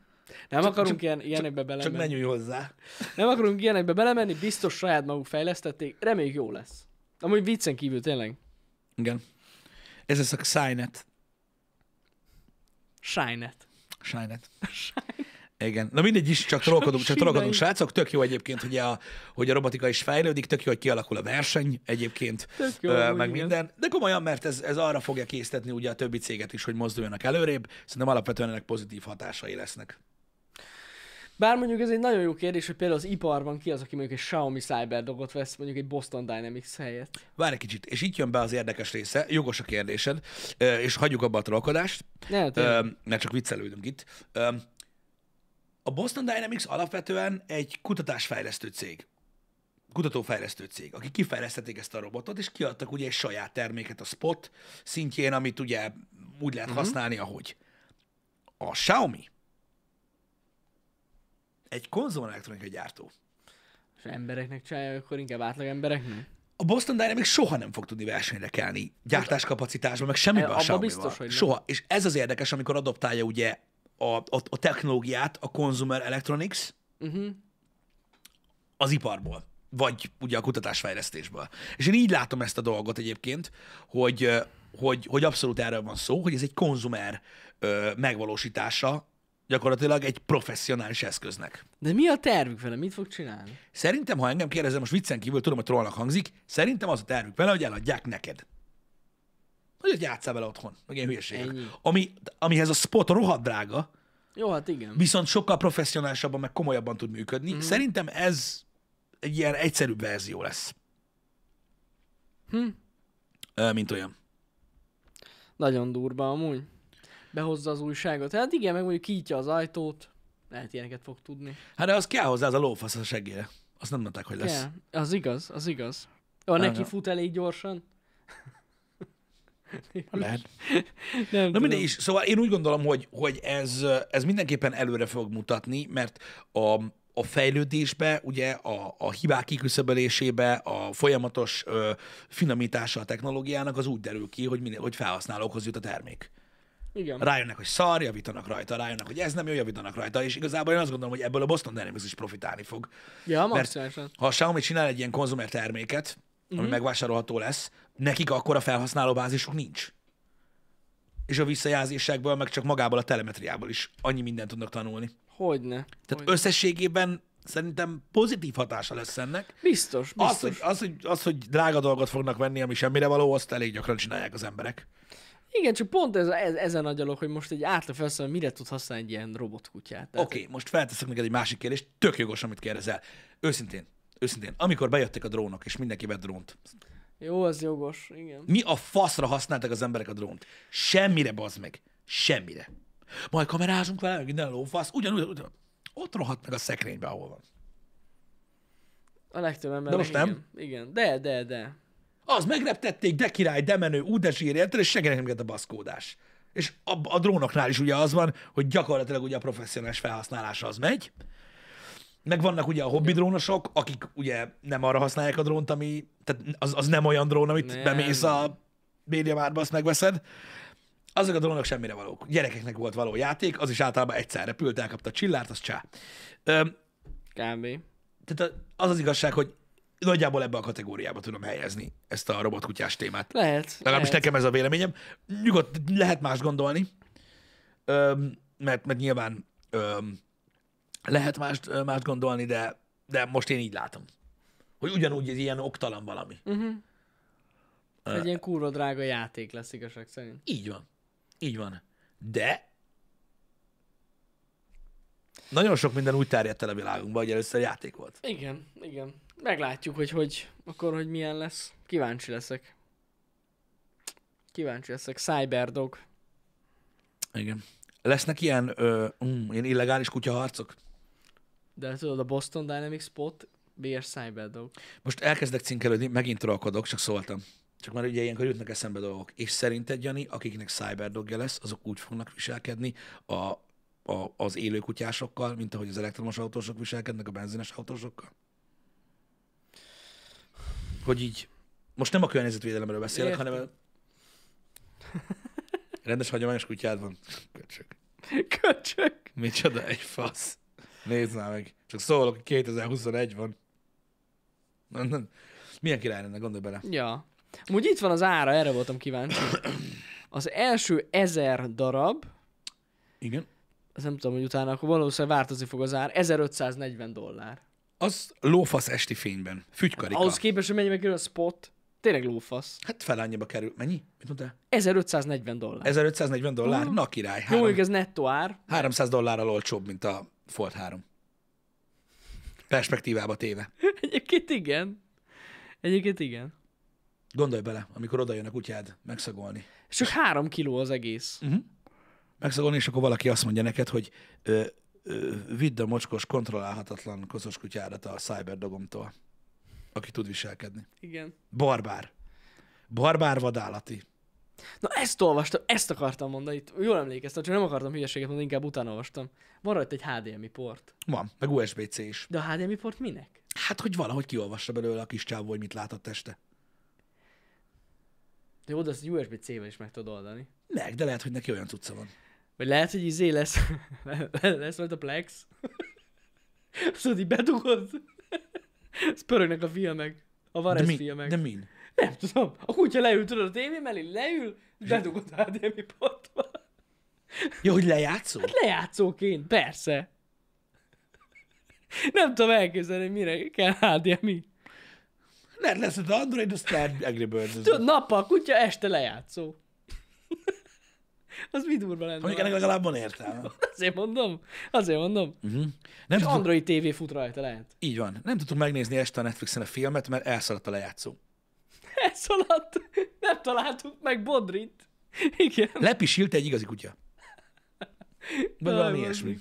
B: Nem csak, akarunk csak, ilyen, ilyenekbe
A: Csak
B: belemenni.
A: ne nyúj hozzá.
B: Nem akarunk ilyenekbe belemenni, biztos saját maguk fejlesztették, reméljük jó lesz. Amúgy viccen kívül tényleg.
A: Igen. Ez lesz a Signet.
B: Shinet.
A: Sajnet. Igen. Na mindegy is, csak trollkodunk, csak trollkodunk,
B: Sinály.
A: srácok. Tök jó egyébként, hogy a, hogy a robotika is fejlődik, tök jó, hogy kialakul a verseny egyébként,
B: Tök jó,
A: ö,
B: amúgy
A: meg
B: igen.
A: minden. De komolyan, mert ez, ez arra fogja késztetni ugye a többi céget is, hogy mozduljanak előrébb. Szerintem alapvetően ennek pozitív hatásai lesznek.
B: Bár mondjuk ez egy nagyon jó kérdés, hogy például az iparban ki az, aki mondjuk egy Xiaomi Cyberdogot vesz, mondjuk egy Boston Dynamics helyett.
A: Várj egy kicsit, és itt jön be az érdekes része, jogos a kérdésed, ö, és hagyjuk abba a trollkodást,
B: Ne, hát tényleg.
A: ö, mert csak viccelődünk itt. Ö, A Boston Dynamics alapvetően egy kutatásfejlesztő cég. Kutatófejlesztő cég, akik kifejlesztették ezt a robotot, és kiadtak ugye egy saját terméket a Spot szintjén, amit ugye úgy lehet használni, ahogy. A Xiaomi egy konzolelektronikai gyártó.
B: És embereknek csinálja, akkor inkább átlag embereknek.
A: a Boston Dynamics soha nem fog tudni versenyre kelni gyártáskapacitásban, meg semmiben
B: Abba
A: a biztos,
B: biztos, hogy nem.
A: Soha. És ez az érdekes, amikor adoptálja ugye a, a, a technológiát, a consumer electronics
B: Mhm.
A: az iparból, vagy ugye a kutatásfejlesztésből. És én így látom ezt a dolgot egyébként, hogy, ö, hogy, hogy abszolút erről van szó, hogy ez egy konzumer ö, megvalósítása gyakorlatilag egy professzionális eszköznek.
B: De mi a tervük vele? Mit fog csinálni?
A: Szerintem, ha engem kérdezem, most viccen kívül tudom, hogy trollnak hangzik, szerintem az a tervük vele, hogy eladják neked. Hogy ott játszál vele otthon, meg ilyen hülyeségek.
B: Ennyi.
A: Ami, amihez a spot rohadt drága,
B: Jó, hát igen.
A: viszont sokkal professzionálisabban, meg komolyabban tud működni. Mm. Szerintem ez egy ilyen egyszerűbb verzió lesz. Hm. Ö, mint olyan.
B: Nagyon durva amúgy. Behozza az újságot. Hát igen, meg mondjuk kiítja az ajtót. Lehet ilyeneket fog tudni.
A: Hát de az kell hozzá, az a lófasz a segélyre. Azt nem mondták, hogy lesz.
B: Kell. Az igaz, az igaz. Jó, neki
A: Aha.
B: fut elég gyorsan.
A: Lehet.
B: Nem
A: Na mindegy is, szóval én úgy gondolom, hogy, hogy ez, ez mindenképpen előre fog mutatni, mert a, a fejlődésbe, ugye a, a hibák kiküszöbölésébe, a folyamatos ö, finomítása a technológiának az úgy derül ki, hogy, minél, hogy felhasználókhoz jut a termék.
B: Igen.
A: Rájönnek, hogy szar, javítanak rajta, rájönnek, hogy ez nem jó, javítanak rajta, és igazából én azt gondolom, hogy ebből a Boston Dynamics is profitálni fog.
B: Ja,
A: Mert
B: maximálisan.
A: ha a Xiaomi csinál egy ilyen konzumer terméket, ami
B: Mhm.
A: megvásárolható lesz, nekik akkor a felhasználóbázisuk nincs. És a visszajelzésekből, meg csak magából a telemetriából is annyi mindent tudnak tanulni.
B: Hogyne.
A: Tehát
B: Hogyne.
A: összességében szerintem pozitív hatása lesz ennek.
B: Biztos,
A: Az
B: biztos.
A: hogy, az, hogy, az, hogy drága dolgot fognak venni, ami semmire való, azt elég gyakran csinálják az emberek.
B: Igen, csak pont ez, ez, ezen a gyalog, hogy most egy átlag felszólal, mire tud használni egy ilyen robotkutyát. Tehát,
A: Oké, okay, most felteszek neked egy másik kérdést, tök jogos, amit kérdezel. Őszintén, őszintén, amikor bejöttek a drónok, és mindenki vett drónt,
B: Jó, az jogos, igen.
A: Mi a faszra használtak az emberek a drónt? Semmire, bazd meg. Semmire. Majd kamerázunk vele, meg minden lófasz, ugyanúgy, ugyanúgy. Ott rohadt meg a szekrénybe, ahol van.
B: A legtöbb ember.
A: most
B: igen.
A: nem.
B: Igen, de, de, de.
A: Az megreptették, de király, de menő, ú, de zsír, érted, és senkinek nem kellett a baszkódás. És a, a drónoknál is ugye az van, hogy gyakorlatilag ugye a professzionális felhasználása az megy, meg vannak ugye a hobbi drónosok, akik ugye nem arra használják a drónt, ami, tehát az, az nem olyan drón, amit
B: Nem.
A: bemész a médiamárba, azt megveszed. Azok a drónok semmire valók. Gyerekeknek volt való játék, az is általában egyszer repült, elkapta a csillárt, az csá. Öm,
B: Kb.
A: tehát az az igazság, hogy nagyjából ebbe a kategóriába tudom helyezni ezt a robotkutyás témát.
B: Lehet.
A: Legalábbis
B: lehet.
A: nekem ez a véleményem. Nyugodt, lehet más gondolni, öm, mert, mert nyilván öm, lehet más, más gondolni, de, de most én így látom. Hogy ugyanúgy ez ilyen oktalan valami.
B: Egy ilyen kurva drága játék lesz igazság szerint.
A: Így van. Így van. De nagyon sok minden úgy terjedt el a világunkban, hogy először játék volt.
B: Igen, igen. Meglátjuk, hogy hogy, akkor hogy milyen lesz. Kíváncsi leszek. Kíváncsi leszek. Cyberdog.
A: Igen. Lesznek ilyen, ö, mm, ilyen illegális kutyaharcok?
B: De tudod, a Boston Dynamics Spot, BS Cyberdog.
A: Most elkezdek cinkelődni, megint trollkodok, csak szóltam. Csak már ugye ilyenkor jutnak eszembe dolgok. És szerinted, Jani, akiknek cyberdogja lesz, azok úgy fognak viselkedni a, a, az élő kutyásokkal, mint ahogy az elektromos autósok viselkednek a benzines autósokkal? Hogy így, most nem a környezetvédelemről beszélek,
B: Értem.
A: hanem a... Rendes hagyományos kutyád van. Köcsök.
B: Köcsök.
A: Micsoda egy fasz. Nézd már meg. Csak szólok, hogy 2021 van. Na, na, Milyen király lenne, gondolj bele.
B: Ja. Amúgy itt van az ára, erre voltam kíváncsi. Az első ezer darab,
A: Igen.
B: az nem tudom, hogy utána akkor valószínűleg változni fog az ár, 1540 dollár.
A: Az lófasz esti fényben. Fügykarika.
B: Ahhoz képest, hogy mennyibe kerül a spot, tényleg lófasz.
A: Hát fel annyiba kerül. Mennyi? Mit mondtál?
B: 1540 dollár.
A: 1540 dollár? Na király.
B: Jó,
A: Három,
B: mondjuk ez nettó ár.
A: 300 dollárral olcsóbb, mint a Ford 3. Perspektívába téve.
B: Egyébként igen. Egyébként igen.
A: Gondolj bele, amikor odajön a kutyád megszagolni.
B: És csak három kiló az egész.
A: Megszagolni, és akkor valaki azt mondja neked, hogy ö, ö, vidd a mocskos, kontrollálhatatlan koszos kutyádat a cyberdogomtól, aki tud viselkedni.
B: Igen.
A: Barbár. Barbár vadállati.
B: Na ezt olvastam, ezt akartam mondani. Itt jól emlékeztem, csak nem akartam hülyeséget mondani, inkább utána olvastam. Van rajta egy HDMI port.
A: Van, meg USB-C is.
B: De a HDMI port minek?
A: Hát, hogy valahogy kiolvassa belőle a kis csávó, hogy mit látott este.
B: De jó, de azt USB-C-vel is meg tudod oldani.
A: Meg, de lehet, hogy neki olyan cucca van.
B: Vagy lehet, hogy izé lesz, le- le- lesz majd a Plex. Azt mondod, így bedugod. Ezt pörögnek a filmek. A
A: De,
B: Varez
A: mi,
B: filmek.
A: de min?
B: Nem tudom. A kutya leül, tudod, a tévé mellé leül, bedugod a HDMI portba.
A: Ja, hogy lejátszó?
B: Hát Lejátszóként, persze. Nem tudom elképzelni, hogy mire kell HDMI.
A: Lehet lesz, hogy Android, aztán Angry Birds.
B: Tudod, nappal kutya, este lejátszó. Az mi durva lenne?
A: Mondjuk ennek legalább van értelme.
B: Azért mondom, azért mondom.
A: Nem
B: És
A: tudtuk,
B: Android TV fut rajta, lehet.
A: így van. Nem tudtuk megnézni este a Netflixen a filmet, mert elszaladt a lejátszó.
B: Ez alatt nem találtuk meg Bodrit. Igen.
A: Lepisilt egy igazi kutya. Vagy
B: Jaj,
A: valami
B: bazdmeg.
A: ilyesmi.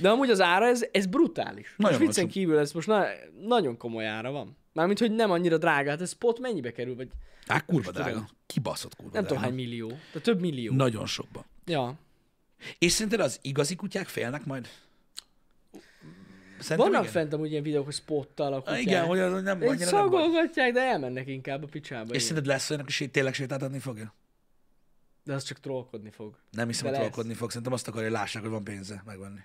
B: De amúgy az ára, ez, ez brutális.
A: Nagyon
B: Nagyon most viccen
A: olcsó.
B: kívül ez most na, nagyon komoly ára van. Mármint, hogy nem annyira drága, hát ez spot mennyibe kerül, vagy nem
A: Á, Hát kurva
B: tudom.
A: drága. Kibaszott kurva
B: tudom
A: drága.
B: hány millió, de több millió. Na.
A: Nagyon sokban.
B: Ja.
A: És szerinted az igazi kutyák félnek majd? Szerintem
B: Vannak
A: igen.
B: fent amúgy ilyen videók, hogy spottal a
A: Há,
B: kutyák.
A: Igen, hogy az nem
B: Így
A: annyira nem baj.
B: szagolgatják, de elmennek inkább a picsába.
A: És
B: És
A: szerinted lesz olyan, aki tényleg sétáltatni fogja?
B: De az csak trollkodni fog.
A: Nem hiszem,
B: De
A: hogy
B: lesz.
A: trollkodni fog. Szerintem azt akarja, hogy lássák, hogy van pénze megvenni.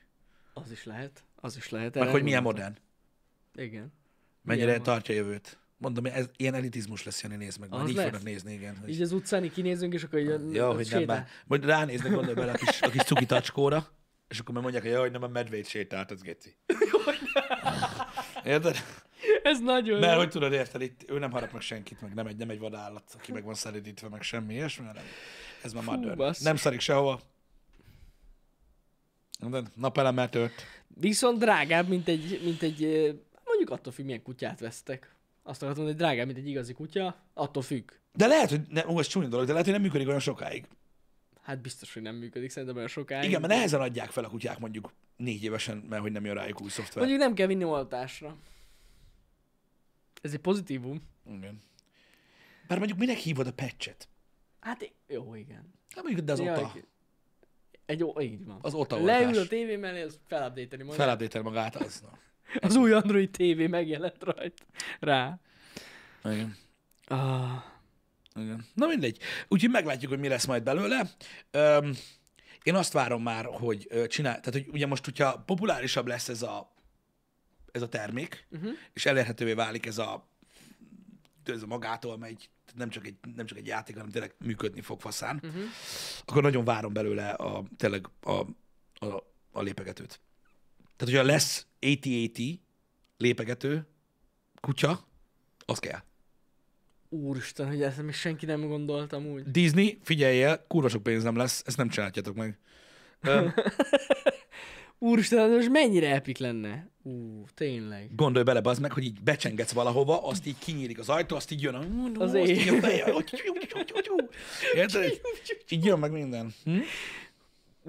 B: Az is lehet. Az is lehet.
A: Meg
B: erre
A: hogy
B: nem
A: milyen
B: gondoltam.
A: modern.
B: Igen.
A: Mennyire
B: Milyen
A: tartja a jövőt. Mondom, ez ilyen elitizmus lesz, Jani, nézd meg. Majd
B: Az
A: így
B: lesz.
A: fognak nézni, igen. Hogy...
B: Így az utcán így kinézünk, és akkor így a-
A: Ja,
B: a
A: hogy nem
B: sétál.
A: már. Majd ránéznek, gondolj bele a kis, a kis cuki tacskóra, és akkor majd mondják, hogy jaj, hogy nem a medvét sétált, az geci. Érted?
B: Ez nagyon
A: Mert
B: jó.
A: hogy tudod, érted, itt ő nem harap meg senkit, meg nem egy, nem egy vadállat, aki meg van szelidítve, meg semmi ilyesmi, hanem ez már modern.
B: basszus.
A: Nem szarik sehova. Érted? Napelemmel tört.
B: Viszont drágább, mint egy, mint egy, ö, mondjuk attól függ, milyen kutyát vesztek. Azt akartam mondani, hogy drágább, mint egy igazi kutya, attól függ.
A: De lehet, hogy nem, ó, ez csúnya dolog, de lehet, hogy nem működik olyan sokáig.
B: Hát biztos, hogy nem működik, szerintem olyan sokáig.
A: Igen, mert nehezen adják fel a kutyák mondjuk négy évesen, mert hogy nem jön rájuk új szoftver.
B: Mondjuk nem kell vinni oltásra. Ez egy pozitívum.
A: Igen. Bár mondjuk minek hívod a patchet?
B: Hát i- jó, igen.
A: Hát mondjuk, de az
B: Jaj,
A: ota,
B: ki- Egy, ó, így van.
A: az ota
B: Leül a
A: oltás.
B: tévé mellé, az felupdate majd.
A: Felupdate magát, az. Na.
B: Az új Android TV megjelent rajt rá.
A: Igen.
B: Ah,
A: Igen. Na mindegy. Úgyhogy meglátjuk, hogy mi lesz majd belőle. Öm, én azt várom már, hogy ö, csinál, tehát hogy ugye most, hogyha populárisabb lesz ez a, ez a termék, uh-huh. és elérhetővé válik ez a, ez a magától, mert egy, tehát nem, csak egy, nem csak egy játék, hanem tényleg működni fog faszán, uh-huh. akkor nagyon várom belőle a, tényleg a, a, a lépegetőt. Tehát, hogyha lesz AT-AT lépegető kutya, az kell.
B: úristen, hogy ezt még senki nem gondoltam úgy.
A: Disney, figyelj el, kurva sok pénzem lesz, ezt nem csináljátok meg. Öm,
B: Úristen, de most mennyire epik lenne? Ú, tényleg.
A: Gondolj bele, bazd meg, hogy így becsengetsz valahova, azt így kinyílik az ajtó, azt így jön a...
B: Az
A: azt
B: én.
A: így a feje. Érted? Így jön meg minden. Hm?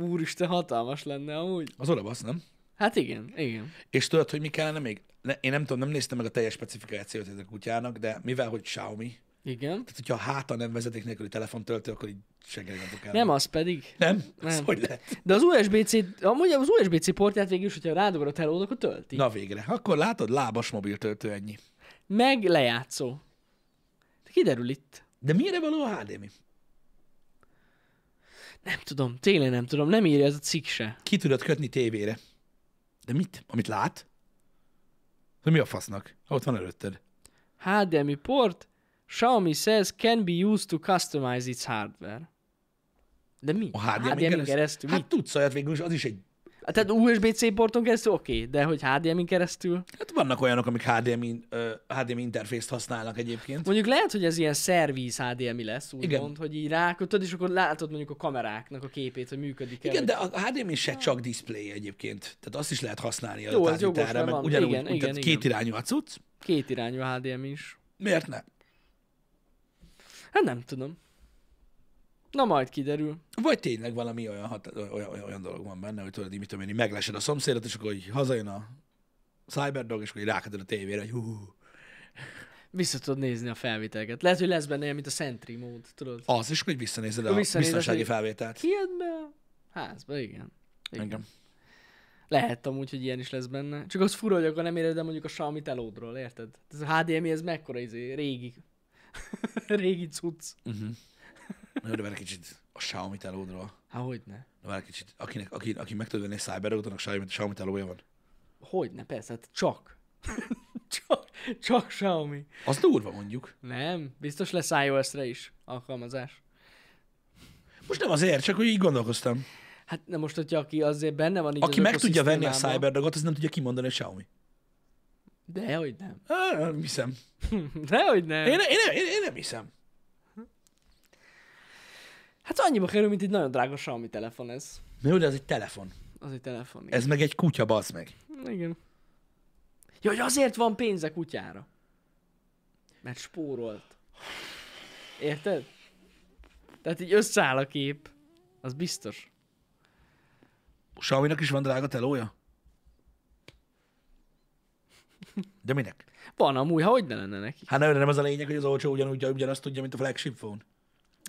B: Úristen, hatalmas lenne amúgy.
A: Az olabasz, nem?
B: Hát igen, igen.
A: És tudod, hogy mi kellene még? Ne, én nem tudom, nem néztem meg a teljes specifikációt ennek a kutyának, de mivel, hogy Xiaomi,
B: Igen.
A: tehát hogyha hát a háta nem vezeték nélküli telefontöltő, akkor így senkinek nem fog
B: Nem az pedig.
A: Nem? nem. Ez
B: Nem.
A: hogy lett?
B: De az USB-C, amúgy az USB-C portját végül is, hogyha rádugod a hello akkor tölti.
A: Na végre. Akkor látod, lábas mobiltöltő ennyi.
B: Meg lejátszó. Kiderül itt.
A: De mire való a HDMI?
B: Nem tudom, tényleg nem tudom, nem írja ez a cikk se.
A: Ki tudod kötni tévére. De mit? Amit lát? Hogy mi a fasznak? Ha Ott van előtted.
B: HDMI port, Xiaomi says can be used to customize its hardware. De mi?
A: A HDMI,
B: HDMI -n keresztül?
A: Hát tudsz olyat végül is, az is egy...
B: Hát, Tehát USB-C porton keresztül oké, okay, de hogy HDMI-n keresztül?
A: Hát vannak olyanok, amik HDMI, ö, HDMI interfészt használnak egyébként.
B: Mondjuk lehet, hogy ez ilyen szerviz HDMI lesz,
A: Igen.
B: úgymond, hogy így rákötöd, és akkor látod mondjuk a kameráknak a képét, hogy működik-e.
A: Igen,
B: vagy-
A: de a HDMI se csak display egyébként. Tehát azt is lehet használni
B: Jó,
A: a
B: az jogos,
A: tárgyutára,
B: mert
A: meg
B: van.
A: ugyanúgy,
B: Igen,
A: igen,
B: igen,
A: tehát
B: igen.
A: két irányú a cucc.
B: Két irányú HDMI is.
A: Miért ne?
B: Hát nem tudom. Na majd kiderül.
A: Vagy tényleg valami olyan, hat, olyan, olyan, olyan dolog van benne, hogy tudod, így mit tudom én, így meglesed a szomszédot, és akkor így hazajön a Cyberdog, és akkor így rákatod a tévére, hogy hú, hú.
B: Vissza tudod nézni a felvételeket. Lehet, hogy lesz benne olyan, mint a Sentry mód, tudod.
A: az, és akkor így visszanézed a
B: Visszanézed,
A: biztonsági
B: hogy-
A: felvételt.
B: Kijött be a házba, igen. igen.
A: Engem.
B: Lehet amúgy, hogy ilyen is lesz benne. Csak az fura, hogy akkor nem éred el mondjuk a Xiaomi telódról, érted? Ez a HDMI, ez mekkora izé, régi. régi cucc.
A: Jó, de vele kicsit a Xiaomi telódról.
B: Há, hogy ne?
A: De vele kicsit, akinek, aki, aki meg tud venni egy Cyberdogot, annak Xiaomi, Xiaomi telója van.
B: Hogy ne, persze, hát csak. csak, csak Xiaomi.
A: Az durva mondjuk.
B: Nem, biztos lesz iOS-re is alkalmazás.
A: Most nem azért, csak hogy így gondolkoztam.
B: Hát na most, hogyha aki azért benne van így
A: Aki
B: az
A: meg tudja venni a
B: ökoszisztémában-
A: Cyberdogot, az nem tudja kimondani, hogy Xiaomi.
B: De hogy nem.
A: Á, nem hiszem.
B: De hogy nem.
A: Én, én, én, én, én nem hiszem.
B: Hát annyiba kerül, mint egy nagyon drága Xiaomi telefon ez.
A: Jó, de ez egy telefon.
B: Az egy telefon. Ez...
A: Ez meg egy kutya, basz meg.
B: Hát, Igen. Ja, hogy azért van pénze kutyára. Mert spórolt. Érted? Tehát így összeáll a kép. Az biztos.
A: Xiaomi-nak is van drága telója? De minek?
B: Van amúgy, ha hogy ne lenne neki.
A: Hát nem, nem az a lényeg, hogy az olcsó ugyanúgy, ugyanazt tudja, mint a flagship phone.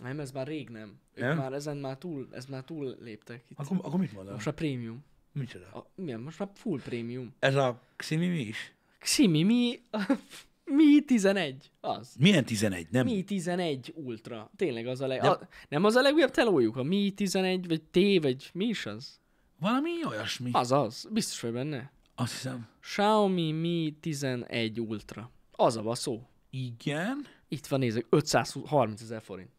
B: Nem, ez már rég nem. Ők
A: Nem?
B: nem? már ezen már túl, ez már túl léptek itt.
A: Akkor, akkor mit mondasz?
B: Most már prémium.
A: Micsoda?
B: A, milyen, most már full prémium.
A: Ez a Ximi mi is?
B: Ximi, mi, mi 11? Az.
A: Milyen 11, nem?
B: Mi 11 Ultra. Tényleg az a leg... A, nem az a legújabb telójuk? A Mi 11, vagy T, vagy mi is az?
A: Valami olyasmi.
B: Az az. Biztos vagy benne.
A: Azt hiszem.
B: Xiaomi Mi 11 Ultra. Az a szó.
A: Igen.
B: Itt van, nézzük, 530 ezer forint.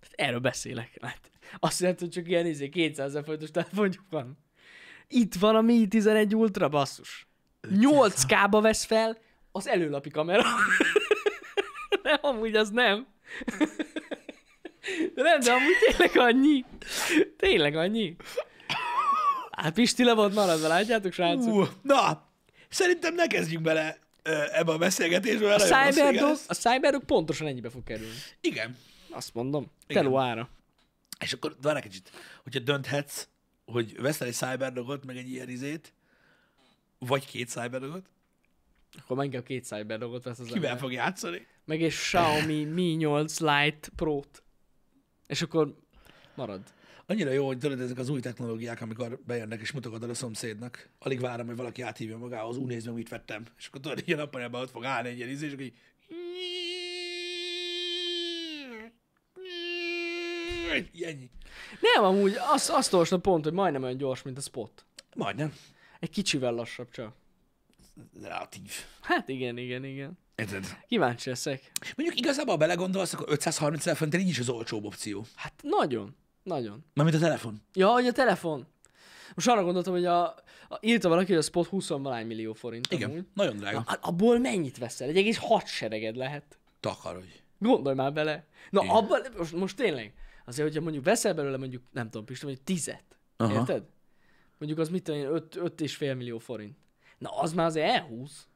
B: Tehát erről beszélek. Hát, azt jelenti, hogy csak ilyen nézzé, 200 ezer forintos telefonjuk van. Itt van a Mi 11 Ultra, basszus. 8K-ba vesz fel az előlapi kamera. nem, amúgy az nem. De nem, de amúgy tényleg annyi. Tényleg annyi. Hát Pisti le volt maradva, látjátok, srácok?
A: Ú, na, szerintem ne kezdjünk bele ö, ebbe a beszélgetésbe.
B: A Cyberdog, a Cyberdog pontosan ennyibe fog kerülni.
A: Igen.
B: Azt mondom.
A: Igen.
B: Teló ára.
A: És akkor várj egy kicsit, hogyha dönthetsz, hogy veszel egy cyberdogot, meg egy ilyen izét, vagy két cyberdogot,
B: Akkor meg inkább két cyberdogot vesz az
A: kivel
B: ember.
A: fog játszani?
B: Meg egy Xiaomi Mi 8 Lite Pro-t. És akkor marad.
A: Annyira jó, hogy tudod, ezek az új technológiák, amikor bejönnek és mutogatod a szomszédnak, alig várom, hogy valaki áthívja magához, ú, nézd meg, mit vettem. És akkor tudod, ilyen nappalában ott fog állni egy ilyen izé, és akkor így... Így Ennyi.
B: Nem, amúgy azt, azt olvastam pont, hogy majdnem olyan gyors, mint a Spot.
A: Majdnem.
B: Egy kicsivel lassabb csak.
A: Relatív.
B: Hát igen, igen, igen.
A: Érted?
B: Kíváncsi leszek.
A: Mondjuk igazából ha belegondolsz, akkor 530 ezer forint így is az olcsóbb opció.
B: Hát nagyon, nagyon.
A: Mármint a telefon.
B: Ja, hogy a telefon. Most arra gondoltam, hogy a, a írta valaki, hogy a Spot 20 valány millió forint.
A: Igen,
B: Amúgy.
A: nagyon drága.
B: Na, a- abból mennyit veszel? Egy egész hadsereged lehet.
A: Takarodj.
B: Gondolj már bele. Na,
A: Igen.
B: abban, most, most tényleg, azért, hogyha mondjuk veszel belőle mondjuk, nem tudom, Pistem, hogy tizet,
A: Aha.
B: Aha. érted? Mondjuk az mit tudom én, 5, 5 és fél millió forint. Na az már azért elhúz,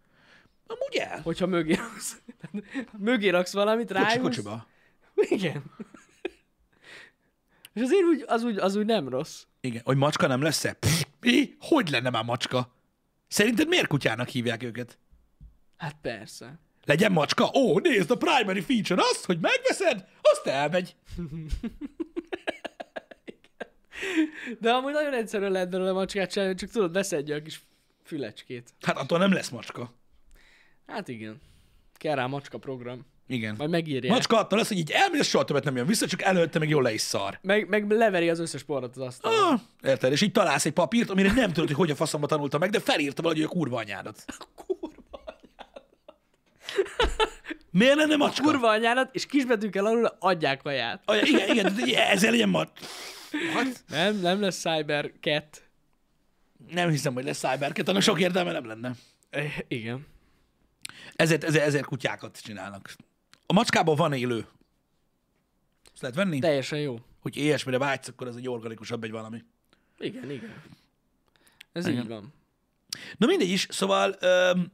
A: Amúgy el.
B: hogyha mögé raksz, mögé raksz valamit,
A: Kocsi,
B: rájúz.
A: kocsiba.
B: Igen. És azért úgy, az, úgy, az úgy nem rossz.
A: Igen. Hogy macska nem lesz-e? Pff, mi? Hogy lenne már macska? Szerinted miért kutyának hívják őket?
B: Hát persze.
A: Legyen macska? Ó, nézd, a primary feature az, hogy megveszed, azt elmegy.
B: De amúgy nagyon egyszerűen lehet belőle macskát csinálni, csak tudod, beszedje a kis fülecskét.
A: Hát attól nem lesz macska.
B: Hát igen. Kell rá macska program.
A: Igen.
B: Majd megírja.
A: Macska attól lesz, hogy így elmegy, és soha többet nem jön vissza, csak előtte meg jól le is szar.
B: Meg, meg leveri az összes porrat az asztalon.
A: Ah, érted? És így találsz egy papírt, amire nem tudod, hogy hogy a faszomba tanulta meg, de felírta valahogy a kurva anyádat.
B: Kurva.
A: Miért lenne macska?
B: Kurva anyádat, és kisbetűkkel alul adják kaját.
A: Anya, igen, igen, de ezzel legyen macska.
B: Nem, nem lesz Cyber Cat.
A: Nem hiszem, hogy lesz Cybercat, annak sok értelme nem lenne.
B: Eh, Igen.
A: Ezért, ezért, ezért kutyákat csinálnak. A macskában van élő. Ezt lehet venni? De...
B: Teljesen jó.
A: Hogy ilyesmire vágysz, akkor ez egy organikusabb egy valami.
B: Igen, igen. Ez így van.
A: Na mindegy is, szóval, öm,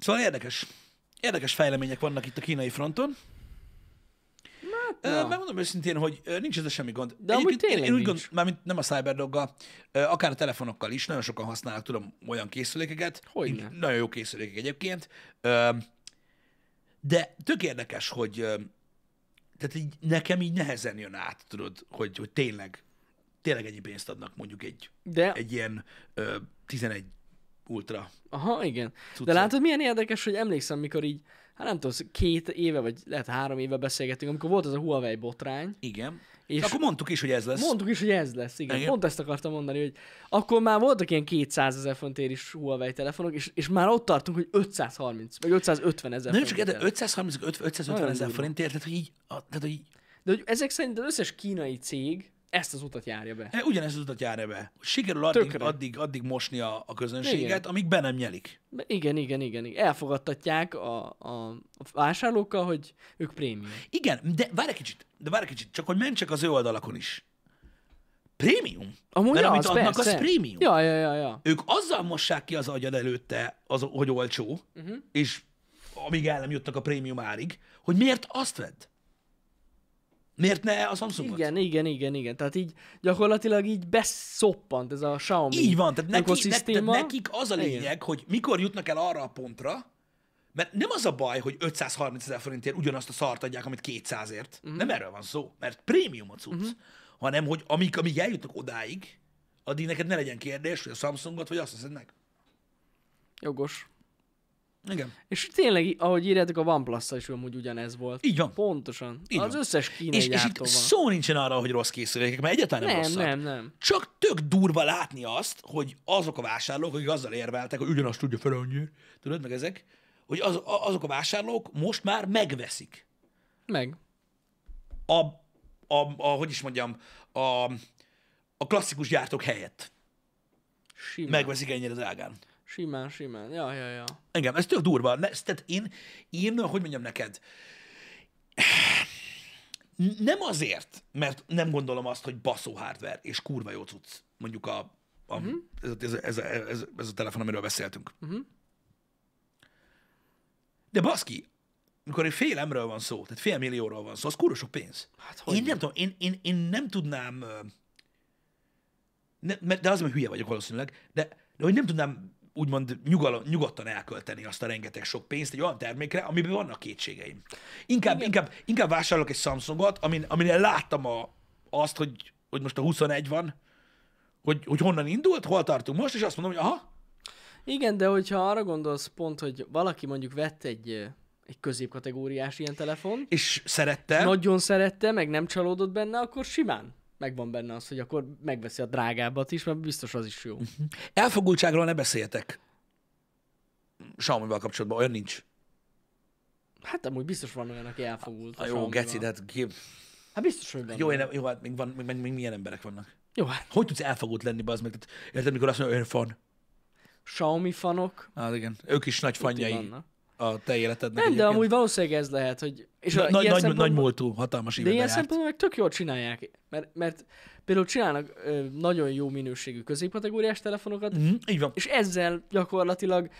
A: szóval érdekes. Érdekes fejlemények vannak itt a kínai fronton. Ö,
B: Ja.
A: Megmondom őszintén, hogy ö, nincs ez semmi gond.
B: Hát De amúgy
A: én,
B: tényleg
A: én úgy
B: nincs.
A: gondolom, mármint nem a Cyberdoggal, ö, akár a telefonokkal is, nagyon sokan használnak, tudom, olyan készülékeket.
B: Hogyne.
A: Így Nagyon jó készülékek egyébként. Ö, De tök érdekes, hogy ö, tehát így nekem így nehezen jön át, tudod, hogy, hogy tényleg, tényleg ennyi pénzt adnak mondjuk egy,
B: De,
A: egy ilyen ö, 11 ultra.
B: aha, igen. De
A: Cucca.
B: látod, milyen érdekes, hogy emlékszem, mikor így, hát nem tudom, két éve, vagy lehet három éve beszélgettünk, amikor volt az a Huawei botrány,
A: Igen. És
B: és
A: akkor mondtuk is, hogy ez lesz.
B: mondtuk is, hogy ez lesz, igen.
A: Igen.
B: igen. Pont ezt akartam mondani, hogy akkor már voltak ilyen 200 ezer fontér is Huawei telefonok, és, és már ott tartunk, hogy 530, vagy 550 ezer
A: Nem csak
B: forint
A: érted, 530 550
B: Nagyon
A: ezer
B: durva.
A: forintért, tehát hogy így, a- tehát, hogy így
B: De hogy ezek szerint az összes kínai cég ezt az utat járja be.
A: E, Ugyanezt az utat járja be. Sikerül addig,
B: Tökre.
A: addig, addig mosni a, a közönséget, Igen.
B: Igen.
A: amíg be nem nyelik.
B: Be- Igen, igen, igen. igen. Elfogadtatják a, a, a vásárlókkal, hogy ők prémium.
A: Igen, de várj egy kicsit, de várj egy kicsit, csak hogy mentsek az ő oldalakon is. Prémium.
B: Amúgy
A: Mert
B: az,
A: amit adnak,
B: persze.
A: az prémium.
B: Ja, ja, ja, ja.
A: Ők azzal mossák ki az agyad előtte, az, hogy olcsó,
B: Mhm.
A: uh-huh. és amíg el nem jutnak a prémium árig, hogy miért azt vedd? Miért ne a Samsungot?
B: Igen, igen, igen, igen. Tehát így gyakorlatilag így beszoppant ez a Xiaomi
A: Így van, tehát neki, ne, tehát
B: ökoszisztéma.
A: nekik az a
B: Igen.
A: lényeg, Igen. hogy mikor jutnak el arra a pontra, mert nem az a baj, hogy 530 ezer forintért ugyanazt a szart adják, amit 200-ért.
B: Mhm.
A: Uh-huh. Nem erről van szó, mert prémium a cucc. Uh-huh. Hanem, hogy amíg, amíg eljutnak odáig, addig neked ne legyen kérdés, hogy a Samsungot, vagy azt hiszed meg.
B: Jogos.
A: Igen.
B: És tényleg, ahogy írjátok, a oneplus is amúgy ugyanez volt.
A: Így van.
B: Pontosan.
A: Így
B: az
A: van.
B: összes kínai
A: És, és itt
B: gyártóval.
A: szó nincsen arra, hogy rossz készülékek, mert egyáltalán nem,
B: nem,
A: rosszak.
B: nem, nem.
A: Csak tök durva látni azt, hogy azok a vásárlók, akik azzal érveltek, hogy ugyanazt tudja fel annyiért, tudod meg ezek, hogy az, a, azok a vásárlók most már megveszik
B: Meg.
A: a, a, a hogy is mondjam, a, a klasszikus gyártók helyett.
B: Simán.
A: Megveszik ennyire drágán.
B: Simán, simán. Ja, ja, ja.
A: Engem, ez tök durva. Ne, tehát én, én, hogy mondjam neked, nem azért, mert nem gondolom azt, hogy baszó hardware és kurva jó cucc, mondjuk a, a, uh-huh. ez, a, ez, a, ez, a, ez, ez a telefon, amiről beszéltünk. Uh-huh. De baszki, mikor egy fél emről van szó, tehát fél millióról van szó, az kurva sok pénz.
B: Hát
A: Én
B: hogy
A: nem tudom, én, én, én nem tudnám, ö, ne, mert- de az, hogy hülye vagyok valószínűleg, de, de hogy nem tudnám úgymond nyugal, nyugodtan elkölteni azt a rengeteg sok pénzt egy olyan termékre, amiben vannak kétségeim. Inkább, inkább, inkább vásárolok egy Samsungot, amin, amire láttam a, azt, hogy, hogy most a 21 van, hogy, hogy honnan indult, hol tartunk most, és azt mondom, hogy aha,
B: Igen, de hogyha arra gondolsz pont, hogy valaki mondjuk vett egy, ö, egy középkategóriás ilyen telefon,
A: és szerette.
B: nagyon szerette, meg nem csalódott benne, akkor simán megvan benne az, hogy akkor megveszi a drágábbat is, mert biztos az is jó.
A: Elfogultságról ne beszéljetek. Xiaomi-val kapcsolatban olyan nincs.
B: Hát amúgy biztos van olyan, aki elfogult.
A: A jó,
B: Xiaomival.
A: geci, de hát ki-
B: Hát biztos, hogy van.
A: Jó, én
B: olyan.
A: nem, jó, hát még, van, még, még, még milyen emberek vannak.
B: jó, hát
A: Hogy tudsz elfogult lenni, bazd meg? Tehát, érted, mikor azt mondja, hogy fan.
B: Xiaomi fanok.
A: Hát igen, ők is nagy
B: tuti
A: fanjai
B: vannak.
A: a te életednek.
B: Nem, de
A: egyébként.
B: amúgy valószínűleg ez lehet, hogy... És a-
A: Na-
B: ilyen
A: nagy, nagy, nagy
B: szempontból-
A: múltú, hatalmas
B: De
A: években
B: ilyen
A: járt.
B: szempontból meg tök jól csinálják, mert, mert például csinálnak ö, nagyon jó minőségű középkategóriás telefonokat,
A: Mhm, így van.
B: és ezzel gyakorlatilag,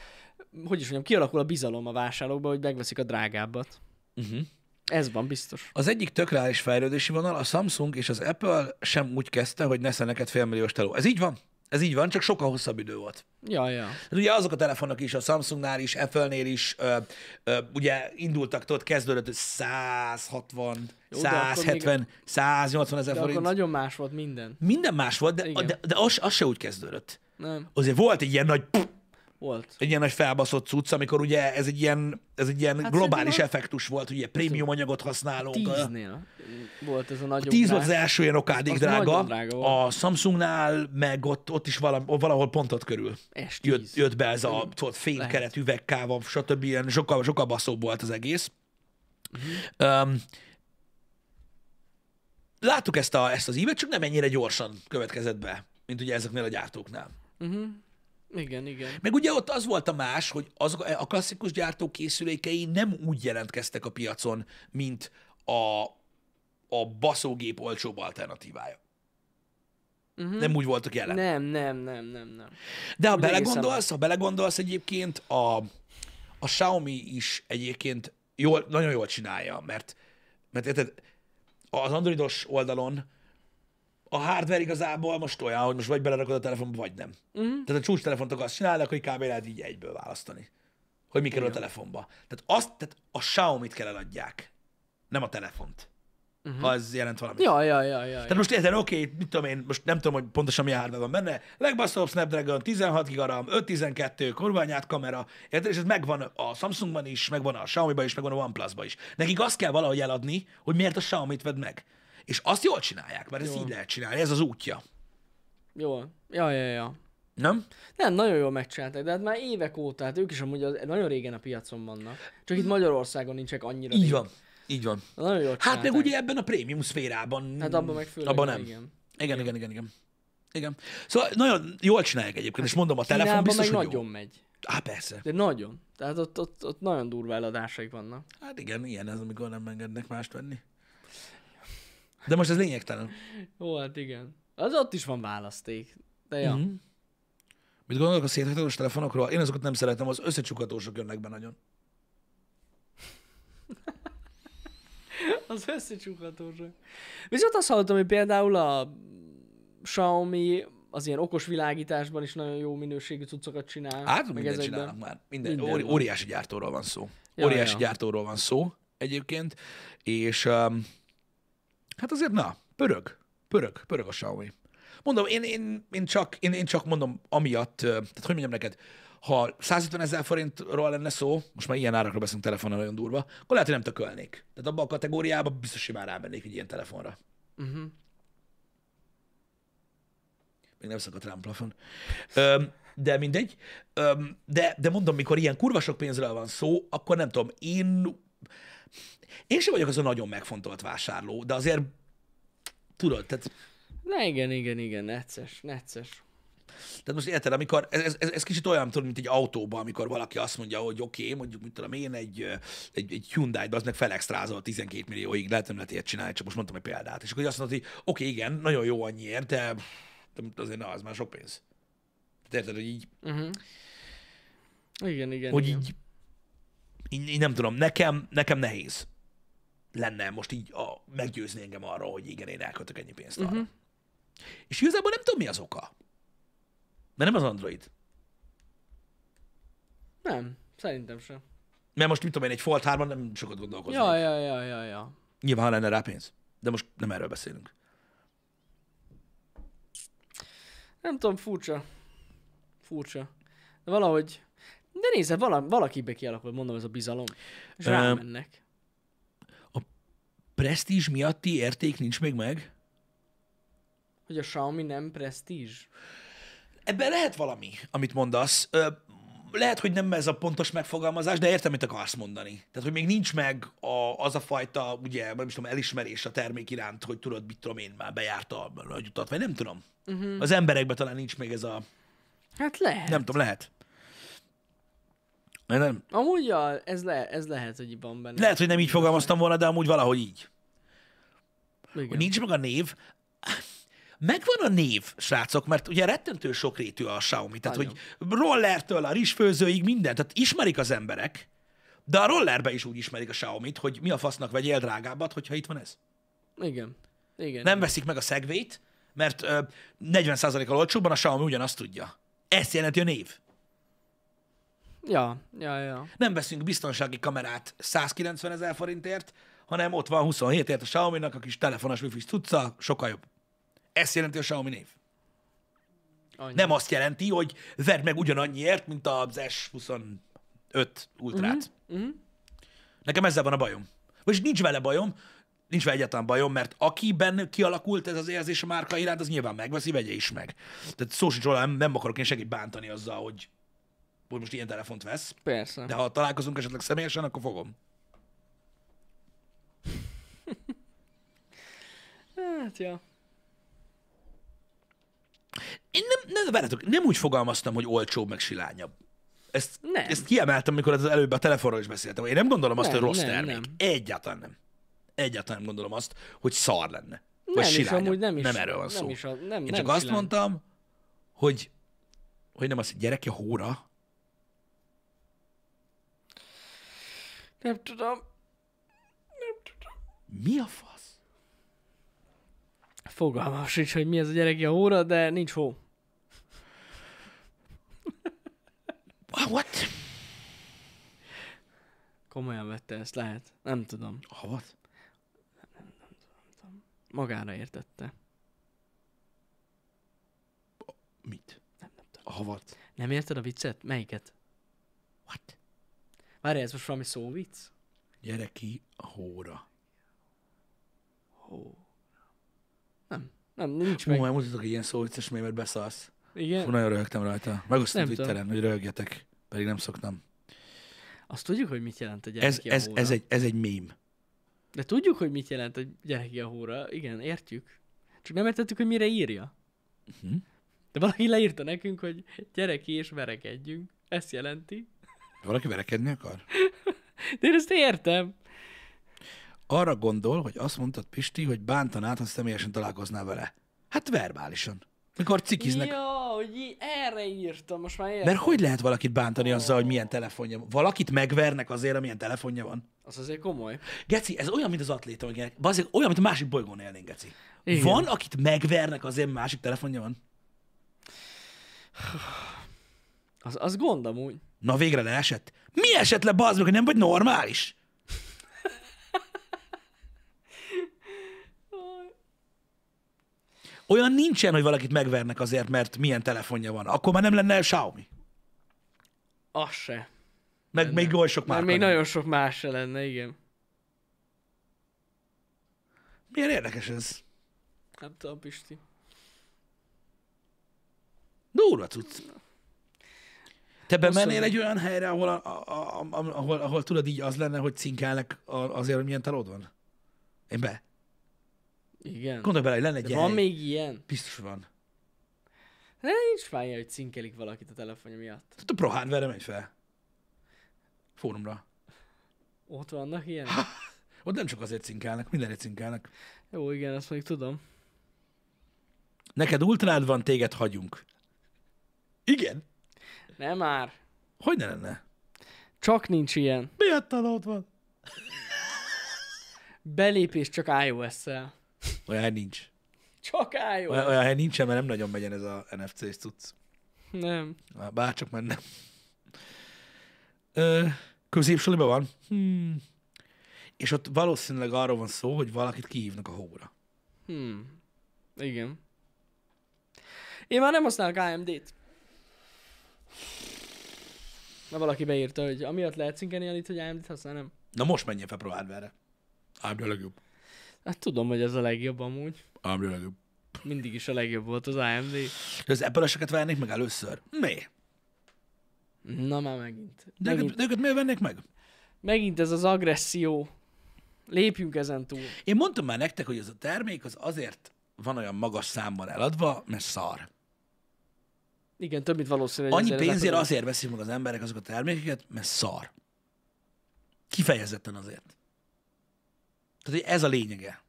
B: hogy is mondjam, kialakul a bizalom a vásárlókban, hogy megveszik a drágábbat.
A: Uh-huh.
B: Ez van biztos.
A: Az egyik tök reális fejlődési vonal, a Samsung és az Apple sem úgy kezdte, hogy nesze neked félmilliós teló. Ez így van. Ez így van, csak sokkal hosszabb idő volt.
B: Ja, ja.
A: Hát ugye azok a telefonok is, a Samsungnál is, Apple-nél is, ö, ö, ugye indultak, tudod, kezdődött hogy 160,
B: Jó, de akkor
A: 170, 180 ezer
B: De akkor
A: forint.
B: nagyon más volt minden.
A: Minden más volt, de,
B: Igen.
A: de, de az, az se úgy kezdődött.
B: Nem?
A: Azért volt egy ilyen nagy,
B: Volt.
A: egy ilyen nagy felbaszott cucc, amikor ugye ez egy ilyen, ez egy ilyen
B: Hát
A: hát globális
B: szerintem
A: effektus volt, ugye prémium anyagot használunk. a-
B: Tíznél volt ez a nagyobb.
A: Tíz volt
B: rá-
A: az első ilyen okádék
B: Az
A: drága.
B: nagyon drága volt.
A: a Samsungnál, meg ott, ott is valami, valahol pont ott körül
B: S10.
A: jött, jött be ez a tudod,
B: Lehet.
A: fénykeret, üvegkáva, stb. Ilyen, sokkal, sokkal baszóbb volt az egész.
B: Mhm.
A: Um, láttuk ezt, a, ezt az ívet, csak nem ennyire gyorsan következett be, mint ugye ezeknél a gyártóknál.
B: Uh-huh. Igen, igen.
A: Meg ugye ott az volt a más, hogy azok a klasszikus gyártók készülékei nem úgy jelentkeztek a piacon, mint a, a baszógép olcsóbb alternatívája.
B: Mhm.
A: Uh-huh. Nem úgy voltak jelen.
B: Nem, nem, nem, nem, nem.
A: De ha
B: Úgy egészen
A: belegondolsz, ha belegondolsz egyébként, a, a Xiaomi is egyébként jól, nagyon jól csinálja, mert, mert érted, az androidos oldalon a hardware igazából most olyan, hogy most vagy belerakod a telefonba, vagy nem.
B: Mhm.
A: Tehát a csúcstelefontok azt csinálnak, hogy kb. lehet így egyből választani, hogy mi kerül a telefonba. Tehát, azt, tehát a Xiaomi-t kell eladják, nem a telefont,
B: Mhm.
A: uh-huh. ha ez jelent valamit.
B: Ja, ja, ja, ja. ja.
A: Tehát most érted, oké, mit tudom én, most nem tudom, hogy pontosan mi hardware van benne, legbaszóbb Snapdragon, 16 GB RAM, 512, korványát kamera, érted, és ez megvan a Samsungban is, megvan a Xiaomi-ban is, megvan a OnePlus-ban is. Nekik azt kell valahogy eladni, hogy miért a Xiaomi-t vedd meg. És azt jól csinálják, mert ezt
B: Jól.
A: így lehet csinálni, ez az útja.
B: Jó. Ja, ja, ja.
A: Nem?
B: Nem, nagyon jól megcsinálták, de hát már évek óta, hát ők is amúgy az, nagyon régen a piacon vannak. Csak itt Magyarországon nincsenek annyira.
A: Így
B: régen.
A: van. Így van.
B: Nagyon jól
A: Hát meg
B: csinálták.
A: ugye ebben a prémium szférában.
B: Hát abban meg főleg.
A: Abban nem.
B: Igen.
A: Igen, igen, igen, igen. Igen. Szóval nagyon jól csinálják egyébként, és mondom, a telefon
B: Kínában
A: biztos,
B: meg
A: hogy
B: nagyon
A: jó.
B: megy.
A: Á, persze.
B: De nagyon. Tehát ott, ott, ott nagyon durva eladásaik vannak.
A: Hát igen, ilyen ez, amikor nem engednek mást venni. De most ez lényegtelen.
B: Ó, hát igen. Az ott is van választék. De ja.
A: Mhm. Mit gondolok a széthajtatós telefonokról? Én azokat nem szeretem, az összecsukatósok jönnek be nagyon.
B: Az összecsukhatóság. Viszont azt hallottam, hogy például a Xiaomi az ilyen okos világításban is nagyon jó minőségű cuccokat csinál.
A: Hát,
B: meg
A: mindent
B: ezekben.
A: csinálnak már. Minden,
B: Minden
A: minden óri,
B: van.
A: óriási gyártóról van szó.
B: Ja,
A: óriási
B: ja.
A: gyártóról van szó egyébként, és um, hát azért na, pörög, pörög, pörög a Xiaomi. Mondom, én, én, én, csak, én, én csak mondom amiatt, ö, tehát hogy mondjam neked, ha 150 ezer forintról lenne szó, most már ilyen árakról beszélünk telefonon nagyon durva, akkor lehet, hogy nem tökölnék. Tehát abba a kategóriába biztos simán rámennék egy ilyen telefonra.
B: Mhm.
A: Még nem szakadt rám plafon. Öm, de mindegy. Öm, de, de mondom, mikor ilyen kurva sok pénzről van szó, akkor nem tudom, én... Én sem vagyok az a nagyon megfontolt vásárló, de azért tudod, tehát,
B: Na igen, igen, igen, necces, necces.
A: tehát most érted, amikor ez, ez, ez, kicsit olyan, tudod, mint egy autóban, amikor valaki azt mondja, hogy oké, okay, mondjuk, mit tudom én, egy, ö, egy, egy Hyundai-t, az meg felextrázol 12 millióig, lehet nem lehet ilyet csinálni, csak most mondtam egy példát. És akkor így azt mondod, hogy oké, okay, igen, nagyon jó annyiért, de, de azért na, az már sok pénz. Tehát érted, hogy így
B: Uh-huh. Igen, igen.
A: hogy
B: igen.
A: így, így, így nem tudom, nekem, nekem nehéz lenne most így a, meggyőzni engem arra, hogy igen, én elköltök ennyi pénzt arra. Uh-huh. És igazából nem tudom, mi az oka. Mert nem az Android.
B: Nem, szerintem sem.
A: Mert most, mit tudom én, egy Fold 3 nem sokat gondolkozom.
B: Ja, ja, ja, ja, ja.
A: Nyilván, ha lenne rá pénz. De most nem erről beszélünk.
B: Nem tudom, furcsa. Furcsa. De valahogy... De nézze, vala, valakibe kialakul, mondom, ez a bizalom. És
A: Ö,
B: rámennek.
A: Prestige miatti érték nincs még meg?
B: Hogy a Xiaomi nem presztízs.
A: Ebben lehet valami, amit mondasz. Ö, lehet, hogy nem ez a pontos megfogalmazás, de értem, mit akarsz mondani. Tehát, hogy még nincs meg a, az a fajta, ugye, nem is tudom, elismerés a termék iránt, hogy tudod, mit tudom én, már bejárta a nagy utat, vagy nem tudom. Uh-huh. Az emberekben talán nincs még ez a,
B: Hát lehet.
A: nem tudom, lehet. Nem,
B: Amúgy ja, ez, le, ez lehet, hogy van benne.
A: lehet, hogy nem így fogalmaztam volna, de amúgy valahogy így.
B: Igen.
A: Hogy nincs meg a név. Megvan a név, srácok, mert ugye rettentő sokrétű a Xiaomi, tehát
B: Nagyon.
A: hogy rollertől a rizsfőzőig minden, tehát ismerik az emberek, de a rollerbe is úgy ismerik a Xiaomi-t, hogy mi a fasznak vegyél drágábbat, hogyha itt van ez.
B: Igen. Igen.
A: Nem veszik meg a szegvét, mert ö, 40%-kal olcsóbban a Xiaomi ugyanazt tudja. Ezt jelenti a név.
B: Ja, ja, ja.
A: Nem veszünk biztonsági kamerát 190 ezer forintért, hanem ott van 27 ért a Xiaomi-nak a kis telefonos wifi cucca, sokkal jobb. Ezt jelenti a Xiaomi név.
B: Annyi.
A: Nem azt jelenti, hogy vedd meg ugyanannyiért, mint az S25 Ultrát. Nekem ezzel van a bajom. Vagyis nincs vele bajom, nincs vele egyáltalán bajom, mert akiben kialakult ez az érzés a márka iránt, az nyilván megveszi, vegye is meg. Tehát szó sincs róla, nem, nem akarok én senkit bántani azzal, hogy, hogy most ilyen telefont vesz.
B: Persze.
A: De ha találkozunk esetleg személyesen, akkor fogom.
B: Hát, ja.
A: Én nem, nem, várjátok, nem úgy fogalmaztam, hogy olcsóbb, meg silányabb. Ezt,
B: Nem.
A: ezt kiemeltem, mikor az előbb a telefonról is beszéltem. Én nem gondolom azt,
B: Nem,
A: hogy rossz
B: nem,
A: termék.
B: nem.
A: Egyáltalán nem. Egyáltalán nem gondolom azt, hogy szar lenne. Vagy
B: Nem is,
A: silányabb.
B: amúgy nem is.
A: nem erről van szó.
B: Nem is a, nem,
A: Én
B: nem
A: csak azt
B: silányabb.
A: mondtam, hogy, hogy nem az, hogy gyereke hóra,
B: Nem tudom.
A: mi a fasz?
B: Fogalmam sincs, hogy mi ez a gyereki a óra, de nincs hó.
A: Ah, What?
B: Komolyan vette ezt, lehet. Nem tudom.
A: Ah, what?
B: Magára értette.
A: Mit? Ah, what?
B: Nem érted a viccet? Melyiket?
A: What?
B: Várj, ez most valami szóvic?
A: Gyereki hóra.
B: Hó. Nem. Nem, nincs
A: Ó,
B: meg.
A: már mutatok egy ilyen szóvicces mémet, beszarsz. Fú,
B: Igen.
A: nagyon röhögtem rajta. Megosztom
B: Nem tudom.
A: Twitteren, hogy röhögjetek. Pedig nem szoktam.
B: Azt tudjuk, hogy mit jelent a
A: Ez,
B: gyereki
A: ez,
B: a hóra.
A: ez, egy, ez egy mém.
B: De tudjuk, hogy mit jelent a gyereki a hóra. Igen, értjük. Csak nem értettük, hogy mire írja.
A: Mhm.
B: De valaki leírta nekünk, hogy gyereki és verekedjünk. Ezt jelenti.
A: Valaki verekedni akar?
B: De én ezt értem.
A: Arra gondol, hogy azt mondtad Pisti, hogy bántanád, ha személyesen találkoznál vele. Hát verbálisan. Mikor cikiznek.
B: Ja, hogy í- erre írtam, most már értem.
A: Mert hogy lehet valakit bántani azzal, hogy milyen telefonja van? Valakit megvernek azért, amilyen telefonja van?
B: Az azért komoly.
A: Geci, ez olyan, mint az atléta, meg ilyenek. Bazzik, olyan, mint a másik bolygón élnénk, Geci.
B: Igen.
A: Van, akit megvernek azért, mert másik telefonja van?
B: Az, az gond amúgy.
A: Na végre leesett. Mi esett le, bazd meg, hogy nem vagy normális? Olyan nincsen, hogy valakit megvernek azért, mert milyen telefonja van. Akkor már nem lenne Xiaomi.
B: Az se.
A: Meg még oly sok
B: Már
A: márka.
B: még
A: nem.
B: nagyon sok más se lenne, igen.
A: Milyen érdekes ez.
B: Nem tudom, Pisti.
A: Durva cucc. Te bemennél
B: Köszönöm.
A: egy olyan helyre, ahol, a, a, a, a- ahol, ahol tudod így az lenne, hogy cinkelnek a- azért, hogy milyen talód van? Én be.
B: Igen.
A: Gondolj bele, hogy lenne egy
B: De
A: ilyen
B: van
A: hely.
B: még ilyen?
A: Biztos van.
B: De nincs fájja, hogy cinkelik valakit a telefonja miatt.
A: Tehát a ProHardware-re megy fel. Fórumra.
B: Ott vannak ilyen?
A: Ott nem csak azért cinkelnek, mindenért cinkelnek.
B: Jó, igen, azt mondjuk tudom.
A: Neked ultrád van, téged hagyunk. Igen?
B: Nem már.
A: Hogy ne lenne?
B: Csak nincs ilyen.
A: Miért ott van?
B: Belépés csak iOS-szel.
A: Olyan hely nincs.
B: Csak iOS.
A: Olyan, olyan hely nincsen, mert nem nagyon megyen ez a NFC-s cucc.
B: Nem.
A: Már Bárcsak már nem. Ö, középsuliban van. Hmm. És ott valószínűleg arról van szó, hogy valakit kihívnak a hóra.
B: Hmm. Igen. Én már nem használok AMD-t. Na valaki beírta, hogy amiatt lehet szinkeni itt, hogy AMD-t használ, nem?
A: Na most menjen fel ProHardware-re. AMD a legjobb.
B: Hát tudom, hogy ez a legjobb amúgy.
A: AMD a legjobb.
B: Mindig is a legjobb volt az AMD.
A: De az Apple-eseket vennék meg először? Mi?
B: Na már megint.
A: De
B: Megint,
A: őket, de őket miért vennék meg?
B: megint ez az agresszió. Lépjünk ezen túl.
A: Én mondtam már nektek, hogy ez a termék az azért van olyan magas számban eladva, mert szar.
B: Igen, több, mint valószínű. hogy
A: Annyi
B: ezzel
A: pénzért
B: lepadol.
A: azért veszik meg az emberek azokat a termékeket, mert szar. Kifejezetten azért. Tehát, hogy ez a lényege.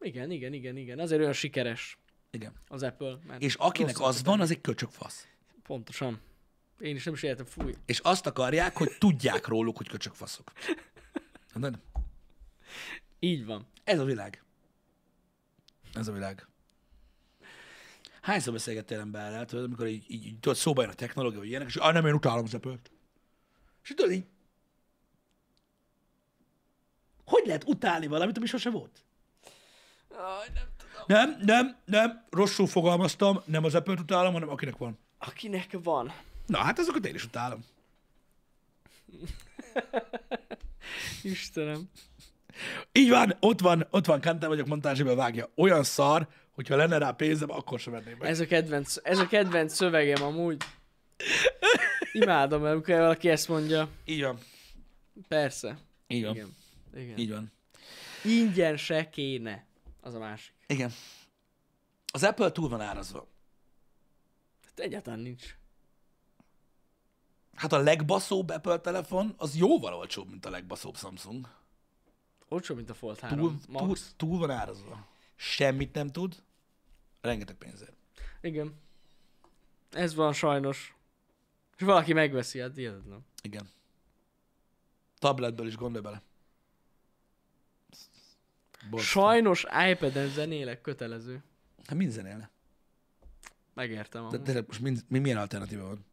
B: Igen, igen, igen, igen. Azért olyan sikeres
A: Igen.
B: az Apple. Mert
A: És akinek
B: rosszat
A: az
B: tud
A: van,
B: tenni.
A: az egy köcsökfasz.
B: Pontosan. Én is nem is értem, fúj.
A: És azt akarják, hogy tudják róluk, hogy köcsökfaszok. Tudod?
B: Így van.
A: Ez a világ. Ez a világ. Hányszor beszélgettél emberrel, tudod, amikor így, így, így tudod, szóba jön a technológia, vagy ilyenek, és ah, nem, én utálom az Apple-t. És tudod, így, hogy lehet utálni valamit, ami sose volt?
B: Aj, nem tudom.
A: Nem, nem, nem, rosszul fogalmaztam, nem az Apple-t utálom, hanem akinek van.
B: Akinek van.
A: Na, hát azokat én is utálom.
B: Istenem.
A: Így van, ott van, ott van, Kantán vagyok, montázsiba vágja. Olyan szar, hogyha lenne rá pénzem, akkor sem venném meg.
B: Ez a kedvenc, ez a kedvenc szövegem amúgy. Imádom, amikor valaki ezt mondja.
A: Így van.
B: Persze.
A: Így van.
B: Igen. Igen.
A: Így van.
B: Ingyen se kéne. Az a másik.
A: Igen. Az Apple túl van árazva.
B: Hát egyáltalán nincs.
A: Hát a legbaszóbb Apple telefon, az jóval olcsóbb, mint a legbaszóbb Samsung.
B: Olcsó, mint a Fold 3.
A: Túl,
B: Max.
A: túl, túl van árazva. Semmit nem tud. Rengeteg pénzért.
B: Igen. Ez van sajnos. És valaki megveszi, hát hihetetlen.
A: Igen. Tabletből is gondolj bele. Borzasztó.
B: Sajnos iPad-en zenélek kötelező.
A: Hát mind zenélne.
B: Megértem
A: Tehát
B: amúgy.
A: tényleg most mind, mi, milyen alternatíva van?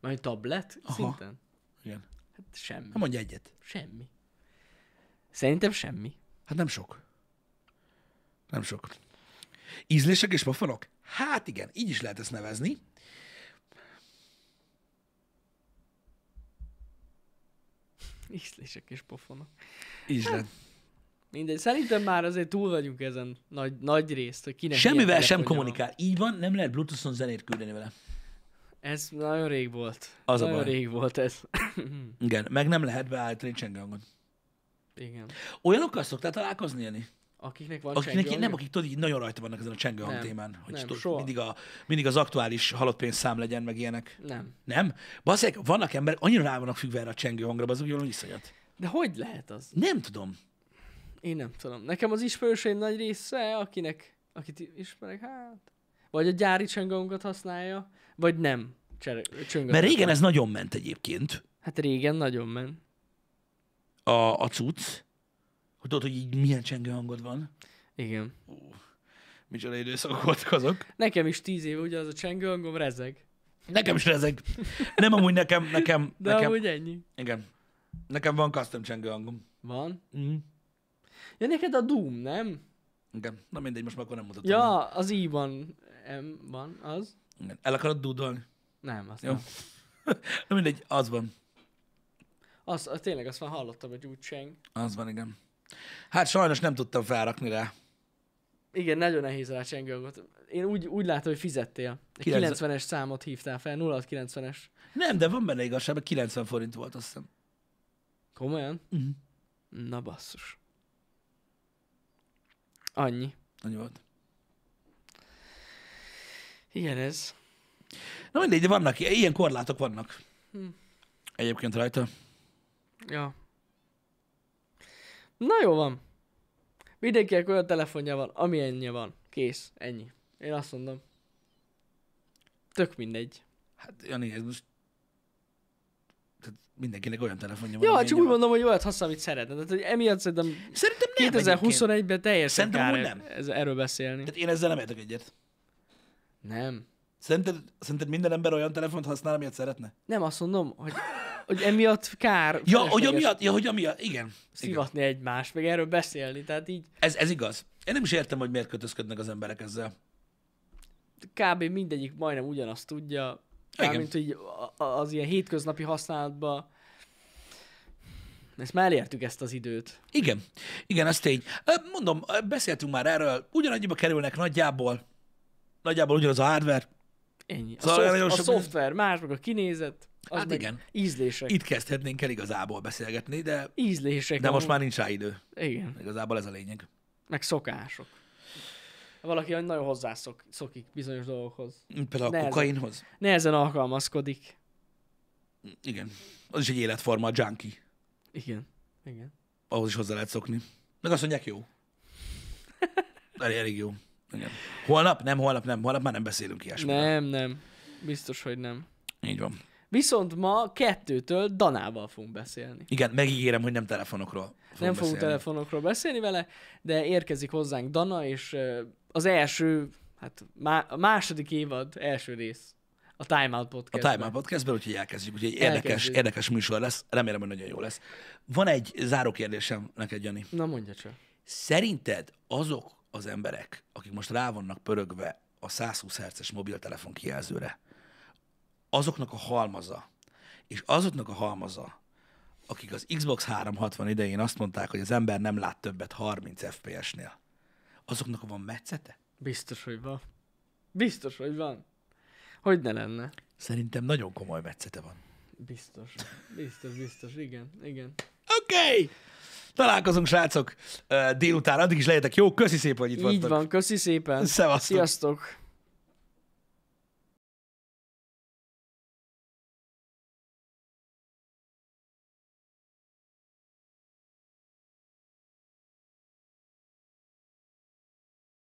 B: Majd tablet
A: Aha.
B: szinten?
A: Igen.
B: Hát semmi.
A: Hát mondj egyet.
B: Semmi. Szerintem semmi.
A: Hát nem sok. Nem sok. Ízlések és pofonok? Hát igen, így is lehet ezt nevezni.
B: Ízlések és pofonok.
A: Így is lehet.
B: Mindegy, szerintem már azért túl vagyunk ezen nagy, nagy részt, hogy kinek milyen
A: Semmivel sem
B: telefonja
A: kommunikál. Így van, nem lehet Bluetooth-on zenét küldeni vele.
B: van. Ez nagyon rég volt.
A: Az a
B: nagyon
A: baj.
B: rég volt ez.
A: Igen, meg nem lehet beállítani csengehangot.
B: Igen.
A: Olyanokkal szoktál találkozni, Jani?
B: Akiknek van
A: Akiknek
B: csengő
A: nem,
B: hangja?
A: akik tudod, így nagyon rajta vannak ezen a csengőhang
B: Nem,
A: témán, hogy
B: nem,
A: tudod,
B: soha.
A: mindig, a, mindig az aktuális halott pénzszám legyen, meg ilyenek.
B: Nem.
A: Nem? Baszek, vannak emberek, annyira rá vannak függve erre a csengőhangra, azok jól iszonyat.
B: De hogy lehet az?
A: Nem tudom.
B: Én nem tudom. Nekem az ismerőseim nagy része, akinek, akit ismerek, hát... Vagy a gyári csöngongot használja, vagy nem. Cser- csönget.
A: Mert régen ez nagyon ment egyébként.
B: Hát régen nagyon ment.
A: a, a cucc, hogy tudod, hogy így milyen csengő hangod van.
B: Igen.
A: Micsoda időszakok voltak azok.
B: Nekem is tíz év ugyanaz a csengő hangom rezeg.
A: Nekem is ezek. Nem amúgy nekem, nekem,
B: De
A: nekem.
B: amúgy ennyi.
A: Igen. Nekem van custom csengő hangom.
B: Van.
A: Mm.
B: Ja, neked a Doom, nem?
A: Igen. Na mindegy, most már akkor nem mutatom.
B: Ja, az I-ban M van, az?
A: Igen. El akarod dúdolni?
B: Nem, az
A: Jó.
B: nem.
A: Na mindegy, az van.
B: Az, az, tényleg azt már hallottam, hogy úgy cseng.
A: Az van, igen. Hát sajnos nem tudtam felrakni rá.
B: Igen, nagyon nehéz rá csengőgot. Én úgy, úgy látom, hogy fizettél. Egy
A: Kilenc-
B: 90-es számot hívtál fel, 0690-es.
A: Nem, de van benne igazság, mert 90 forint volt, azt hiszem.
B: Komolyan?
A: Mhm.
B: Na basszus. Annyi.
A: Annyi volt.
B: Igen ez.
A: Na mindegy, de vannak, i- ilyen korlátok vannak. Egyébként rajta.
B: Ja. Na jó van. Mindenkinek olyan telefonja van, ami ennyi van. Kész. Ennyi. Én azt mondom. Tök mindegy.
A: Hát, Jani, ez most... Tehát mindenkinek olyan telefonja van.
B: Jó, hát
A: amilyen
B: csak
A: van.
B: úgy mondom, hogy olyat használ, amit szeretne. Tehát, hogy emiatt szerintem
A: Szerintem nem egyébként.
B: 2021-ben teljesen
A: Szerintem
B: kár
A: amúgy
B: nem.
A: nem.
B: Ez, erről beszélni.
A: Tehát én ezzel nem értek egyet.
B: Nem.
A: Szerinted, szerinted minden ember olyan telefont használ, amilyet szeretne?
B: Nem azt mondom, hogy, hogy emiatt kár
A: Ja, hogy
B: felesleges
A: amiatt, ja, hogy amiatt, igen. igen.
B: szivatni egymást, meg erről beszélni. Tehát így
A: Ez, ez igaz. Én nem is értem, hogy miért kötözködnek az emberek ezzel.
B: kb. mindegyik majdnem ugyanazt tudja,
A: Igen.
B: mármint hogy a- a- az ilyen hétköznapi használatban ezt már elértük ezt az időt.
A: Igen, igen, ez tény. Ö, Mondom, ö, beszéltünk már erről, ugyanannyiba kerülnek nagyjából, nagyjából ugyanaz a hardware.
B: Ennyi. A,
A: Szóval
B: szóval
A: nagyon
B: szoft, a
A: sok-
B: szoftver más, meg a kinézet, az
A: Hát
B: meg
A: igen.
B: ízlések.
A: Itt kezdhetnénk el igazából beszélgetni, de,
B: ízlések.
A: de most
B: amúgy.
A: már nincs rá idő.
B: Igen,
A: Igazából ez a lényeg.
B: meg szokások. Valaki nagyon hozzászok, szokik bizonyos dolgokhoz.
A: Például a
B: Nehezen.
A: kokainhoz.
B: Nehezen alkalmazkodik.
A: Igen. Az is egy életforma, a junkie.
B: Igen. Igen.
A: Ahhoz is hozzá lehet szokni. Meg azt mondják, jó. Elég, elég jó. Igen. Holnap? Nem, holnap nem. Holnap már nem beszélünk ilyesmiről.
B: Nem, nem. Biztos, hogy nem.
A: Így van.
B: Viszont ma kettőtől Danával fogunk beszélni.
A: Igen, megígérem, hogy nem telefonokról fogunk
B: nem fogunk
A: beszélni.
B: telefonokról beszélni vele, de érkezik hozzánk Dana, és ö, az első, hát má- a második évad első rész a Time Out
A: a
B: Podcast.
A: Time Out Podcastben, úgyhogy elkezdjük. Úgyhogy érdekes,
B: Elkezdjük.
A: érdekes műsor lesz. Remélem, hogy nagyon jó lesz. Van egy záró kérdésem neked, Jani.
B: Na mondja csak.
A: Szerinted azok az emberek, akik most rá vannak pörögve a 120 Hz-es mobiltelefon kijelzőre, azoknak a halmaza, és azoknak a halmaza, akik az Xbox 360 idején azt mondták, hogy az ember nem lát többet 30 FPS-nél, azoknak van metszete?
B: Biztos, hogy van. Biztos, hogy van. Hogy ne lenne.
A: Szerintem nagyon komoly metszete van.
B: Biztos. Biztos, biztos. Igen, igen.
A: Oké! Okay. Találkozunk, srácok, ö, délután. Addig is legyetek jó. Köszi szépen, hogy itt
B: Így
A: voltatok.
B: van, köszi szépen.
A: Szevasztok.
B: Sziasztok.